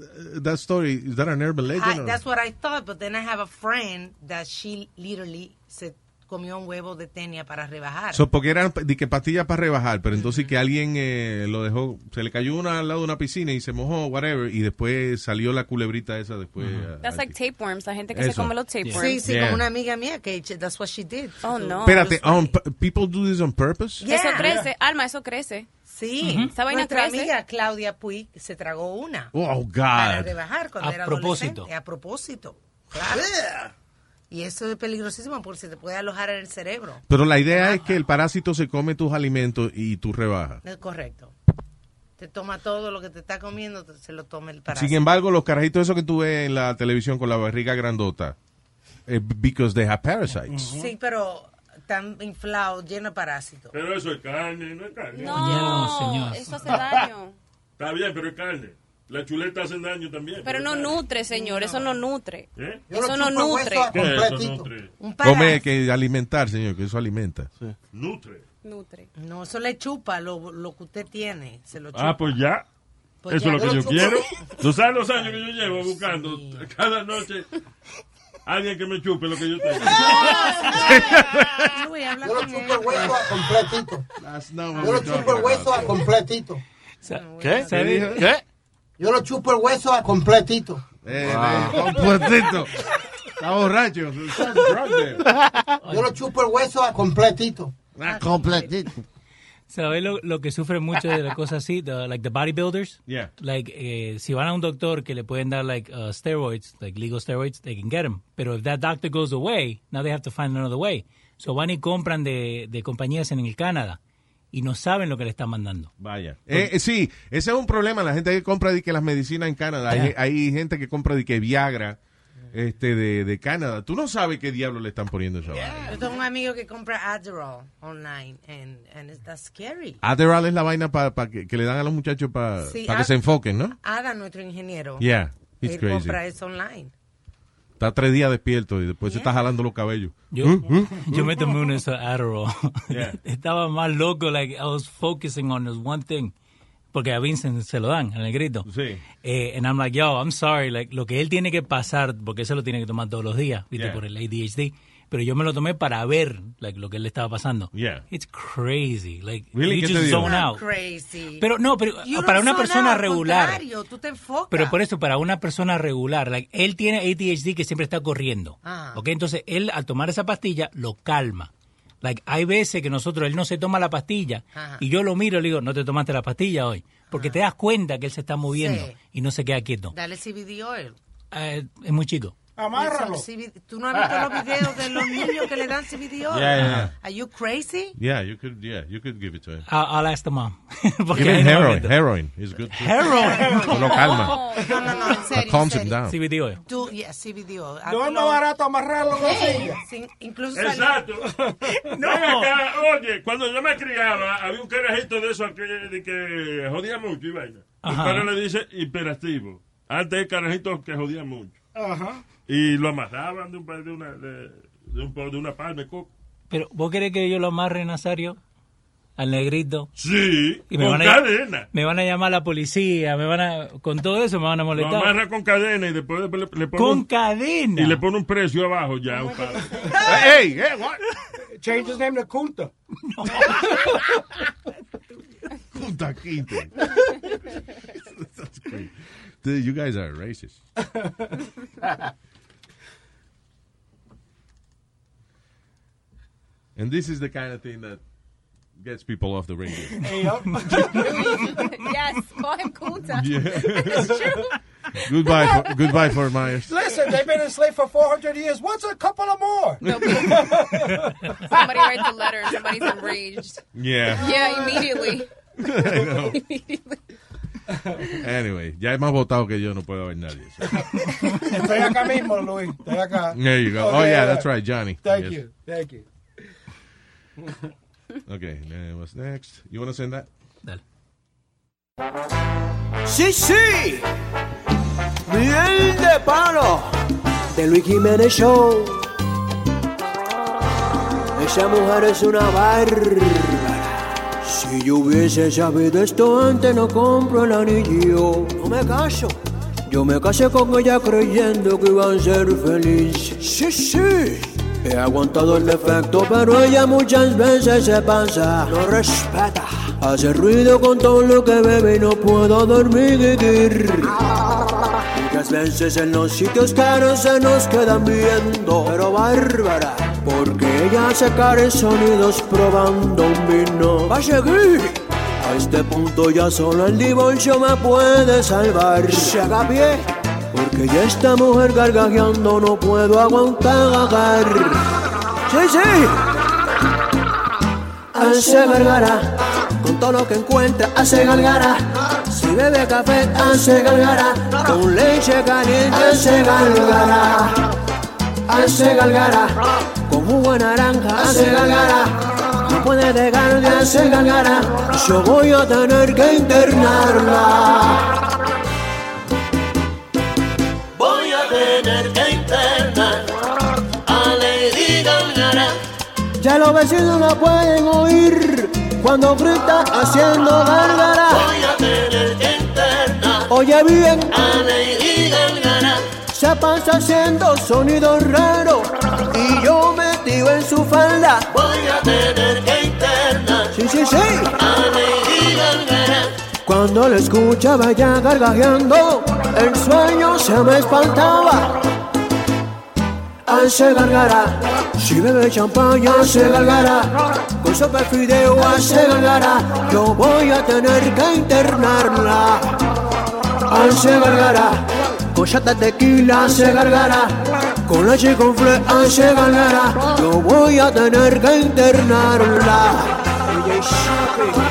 [SPEAKER 4] that story. Is that an urban legend?
[SPEAKER 8] I-
[SPEAKER 4] or-
[SPEAKER 8] that's what I thought, but then I have a friend that she literally se comió un huevo de tenia para rebajar.
[SPEAKER 4] So, porque eran pa- di que pastillas para rebajar, pero entonces que alguien eh, lo dejó, se le cayó una al lado de una piscina y se mojó, whatever, y después salió la culebrita esa después. eh,
[SPEAKER 18] That's like tapeworms, la gente que se
[SPEAKER 4] Eso.
[SPEAKER 18] come los tapeworms.
[SPEAKER 8] Sí, sí,
[SPEAKER 4] Yeah.
[SPEAKER 8] como una amiga mía que she- that's what she did.
[SPEAKER 18] Oh, no.
[SPEAKER 4] Espérate, um, p- people do this on purpose?
[SPEAKER 18] Eso crece, alma, eso crece.
[SPEAKER 8] Sí,
[SPEAKER 18] Esa vaina
[SPEAKER 8] nuestra
[SPEAKER 18] crece.
[SPEAKER 8] amiga Claudia Puig se tragó una
[SPEAKER 4] Oh, God.
[SPEAKER 8] para rebajar cuando
[SPEAKER 4] A
[SPEAKER 8] era
[SPEAKER 4] propósito.
[SPEAKER 8] adolescente. A propósito. Claro. Y eso es peligrosísimo porque se te puede alojar en el cerebro.
[SPEAKER 4] Pero la idea es que el parásito se come tus alimentos y tú rebajas.
[SPEAKER 8] Es correcto. Te toma todo lo que te está comiendo, te- se lo toma el
[SPEAKER 4] Sin
[SPEAKER 8] parásito.
[SPEAKER 4] embargo, los carajitos esos que tú ves en la televisión con la barriga grandota, eh, because they have parasites.
[SPEAKER 8] Sí, pero tan inflado, lleno de parásitos.
[SPEAKER 13] Pero eso es carne, no es carne.
[SPEAKER 18] Eso hace daño.
[SPEAKER 13] Está bien, pero es carne. La chuleta hace daño también.
[SPEAKER 18] Pero no nutre, señor, eso no nutre.
[SPEAKER 13] ¿Eh?
[SPEAKER 18] Eso no nutre.
[SPEAKER 13] ¿Qué es eso, nutre?
[SPEAKER 4] Come
[SPEAKER 8] Un parásito.
[SPEAKER 4] que alimentar, señor, que eso alimenta.
[SPEAKER 13] Nutre.
[SPEAKER 8] Nutre. No, eso le chupa lo, lo que usted tiene. Se lo chupa.
[SPEAKER 13] Ah, pues ya.
[SPEAKER 8] Pues
[SPEAKER 13] Eso
[SPEAKER 8] ya.
[SPEAKER 13] es lo que yo quiero. ¿Tú sabes los años que yo llevo buscando cada noche alguien que me chupe lo que yo tengo?
[SPEAKER 8] Luis, habla
[SPEAKER 12] Yo lo
[SPEAKER 8] con él.
[SPEAKER 12] chupo el hueso a completito.
[SPEAKER 4] Ah,
[SPEAKER 12] Yo lo
[SPEAKER 4] we're
[SPEAKER 12] chupo el
[SPEAKER 4] talking
[SPEAKER 12] hueso a completito.
[SPEAKER 4] ¿Qué? ¿Qué dijo? ¿Qué?
[SPEAKER 12] Yo lo chupo el hueso a completito.
[SPEAKER 4] Eh, eh, completito. Está borracho.
[SPEAKER 12] Yo lo chupo el hueso a completito.
[SPEAKER 4] Ah, completito.
[SPEAKER 7] ¿Sabes Ah, lo, lo que sufre mucho de las cosas así? The- like the bodybuilders.
[SPEAKER 4] Yeah.
[SPEAKER 7] Like, eh, si van a un doctor que le pueden dar, like, uh, steroids, like legal steroids, they can get them. Pero if that doctor goes away, now they have to find another way. So van y compran de, de compañías en el Canadá y no saben lo que le están mandando.
[SPEAKER 4] Vaya. Eh, eh, sí, ese es un problema. La gente que compra de que las medicinas en Canadá. Hay, hay gente que compra de que Viagra este, de, de Canadá. Tú no sabes qué diablo le están poniendo esa vaina.
[SPEAKER 8] Yo tengo un amigo que compra Adderall online and, and it's- that's scary.
[SPEAKER 4] Adderall es la vaina para que, que le dan a los muchachos Ah, para
[SPEAKER 8] Sí,
[SPEAKER 4] que
[SPEAKER 8] Ad-
[SPEAKER 4] se enfoquen, ¿no?
[SPEAKER 8] Ada, nuestro ingeniero.
[SPEAKER 4] Yeah, he's
[SPEAKER 8] él
[SPEAKER 4] crazy.
[SPEAKER 8] compra eso online.
[SPEAKER 4] Está tres días despierto y después se está jalando los cabellos.
[SPEAKER 7] Yo, yo me tomé un eso Adderall.
[SPEAKER 4] Mm, Yeah.
[SPEAKER 7] Estaba más loco, like I was focusing on this one thing. Porque a Vincent se lo dan, al negrito.
[SPEAKER 4] Sí.
[SPEAKER 7] Eh, and I'm like, yo, I'm sorry, like, lo que él tiene que pasar, porque se lo tiene que tomar todos los días, viste,
[SPEAKER 4] Yeah.
[SPEAKER 7] por el ADHD. Pero yo me lo tomé para ver like, lo que él le estaba pasando.
[SPEAKER 4] Yeah.
[SPEAKER 7] It's crazy. Like,
[SPEAKER 4] Really?
[SPEAKER 7] you
[SPEAKER 4] ¿Qué te
[SPEAKER 7] just
[SPEAKER 4] dio?
[SPEAKER 7] zone
[SPEAKER 4] I'm
[SPEAKER 7] out.
[SPEAKER 8] crazy.
[SPEAKER 7] Pero no, pero
[SPEAKER 8] You
[SPEAKER 7] para
[SPEAKER 8] don't
[SPEAKER 7] una
[SPEAKER 8] zone
[SPEAKER 7] persona
[SPEAKER 8] out, al
[SPEAKER 7] regular.
[SPEAKER 8] contrario, tú te enfocas.
[SPEAKER 7] Pero por eso, para una persona regular, like, él tiene ADHD que siempre está corriendo.
[SPEAKER 8] Ah.
[SPEAKER 7] ¿ok? Entonces, él al tomar esa pastilla lo calma. Like, hay veces que nosotros, él no se toma la pastilla
[SPEAKER 8] Ajá.
[SPEAKER 7] y yo lo miro y le digo, no te tomaste la pastilla hoy. Porque te das cuenta que él se está moviendo
[SPEAKER 8] Sí.
[SPEAKER 7] y no se queda quieto.
[SPEAKER 8] Dale CBD oil.
[SPEAKER 7] Eh, es muy chico.
[SPEAKER 8] Amárralo. ¿Tú no has visto los videos de los niños que le dan CBD
[SPEAKER 4] Yeah,
[SPEAKER 8] oil?
[SPEAKER 4] yeah, yeah.
[SPEAKER 8] Are you crazy?
[SPEAKER 4] Yeah, you could, yeah, you could give it to him.
[SPEAKER 7] I'll, I'll ask the mom. Porque
[SPEAKER 4] Give
[SPEAKER 7] ahí
[SPEAKER 4] him
[SPEAKER 7] no
[SPEAKER 4] heroin.
[SPEAKER 7] meto.
[SPEAKER 4] Heroin is good. too.
[SPEAKER 7] Heroin.
[SPEAKER 4] Lo calma.
[SPEAKER 8] No, no, no, no, en serio.
[SPEAKER 4] Calms
[SPEAKER 8] en
[SPEAKER 4] him
[SPEAKER 8] serio.
[SPEAKER 4] down.
[SPEAKER 7] CBD oil.
[SPEAKER 8] Tú, yeah, CBD oil. Ah,
[SPEAKER 14] No es más barato amarrarlo con silla.
[SPEAKER 8] Sí, incluso sale-
[SPEAKER 13] Exacto. no. acá, oye, cuando yo me criaba, había un carajito de esos que, de que jodía mucho y vaina. Mi
[SPEAKER 14] Ajá.
[SPEAKER 13] padre le dice imperativo. Antes el carajito que jodía mucho.
[SPEAKER 14] Ajá.
[SPEAKER 13] Y lo amarraban de, un, pa- de, una, de, de un, po- de una palma de coco.
[SPEAKER 7] Pero, ¿vos querés que yo lo amarre, Nazario? Al negrito.
[SPEAKER 13] Sí, con
[SPEAKER 7] a-
[SPEAKER 13] cadena.
[SPEAKER 7] me van a llamar la policía, me van a, con todo eso me van a
[SPEAKER 13] Lo
[SPEAKER 7] molestar.
[SPEAKER 13] amarra con cadena y después le, le pone
[SPEAKER 7] Con
[SPEAKER 13] un-
[SPEAKER 7] cadena.
[SPEAKER 13] Y le pone un precio abajo ya. a un padre.
[SPEAKER 14] Hey, hey, what? Change his name to Kunta.
[SPEAKER 4] Puta quinta. Dude, you guys are racist. And this is the kind of thing that gets people off the radio.
[SPEAKER 18] yes, call him Kuta.
[SPEAKER 4] Yeah.
[SPEAKER 18] That's true.
[SPEAKER 4] goodbye, for, goodbye, Fort Myers.
[SPEAKER 14] Listen, they've been enslaved for 400 years. What's a couple of more?
[SPEAKER 18] Somebody write the letter. Somebody's enraged.
[SPEAKER 4] Yeah.
[SPEAKER 18] Yeah, immediately.
[SPEAKER 4] I know.
[SPEAKER 18] Immediately.
[SPEAKER 4] Anyway, ya es más votado que yo, no puedo haber nadie. So.
[SPEAKER 14] Estoy acá mismo, Luis. Estoy acá.
[SPEAKER 4] There you go. Oh, yeah, that's right, Johnny.
[SPEAKER 14] Thank
[SPEAKER 4] Yes.
[SPEAKER 14] you. Thank you.
[SPEAKER 4] Okay, then what's next? You want to send that?
[SPEAKER 19] Sí, sí. Miel de palo. De Luis Jiménez Show. Esa mujer es una bárbara. Si yo hubiese sabido esto antes, no compro el anillo. No me caso. Yo me casé con ella creyendo que iban a ser feliz. Sí, sí.
[SPEAKER 20] He aguantado el defecto, pero ella muchas veces se pasa. No respeta. Hace ruido con todo lo que bebe y no puedo dormir.
[SPEAKER 19] Ah.
[SPEAKER 20] Muchas veces en los sitios caros se nos quedan viendo, pero bárbara. Porque ella hace caros sonidos probando un vino. ¡Va a seguir! A este punto ya solo el divorcio me puede salvar. ¡Se haga pie! Porque ya esta mujer gargajeando no puedo aguantar. ¡Sí, sí! Hace gargara, con todo lo que encuentra, hace gargara. Si bebe café, hace gargara. Con leche caliente, hace gargara. Hace gargara, con jugo de naranja, hace gargara. No puede dejar de hacer gargara. Yo voy a tener que internarla.
[SPEAKER 21] Voy a tener que internar a Lady Gaga.
[SPEAKER 20] Ya los vecinos la pueden oír cuando grita haciendo gárgara.
[SPEAKER 21] Voy a tener que internar
[SPEAKER 20] Oye bien,
[SPEAKER 21] a Lady Gaga.
[SPEAKER 20] se pasa haciendo sonidos raros y yo metido en su falda.
[SPEAKER 21] Voy a tener que internar
[SPEAKER 20] Sí, sí, sí.
[SPEAKER 21] a Lady Gaga.
[SPEAKER 20] Cuando la escuchaba ya gargajeando, el sueño se me espantaba. Hace gargara, si bebe champaña, hace gargara. Con sopa de fideo, hace gargara. Yo voy a tener que internarla. Hace gargara, con chata de tequila, hace gargara. Con leche y con fle, hace gargara. Yo voy a tener que internarla. DJ Shappy.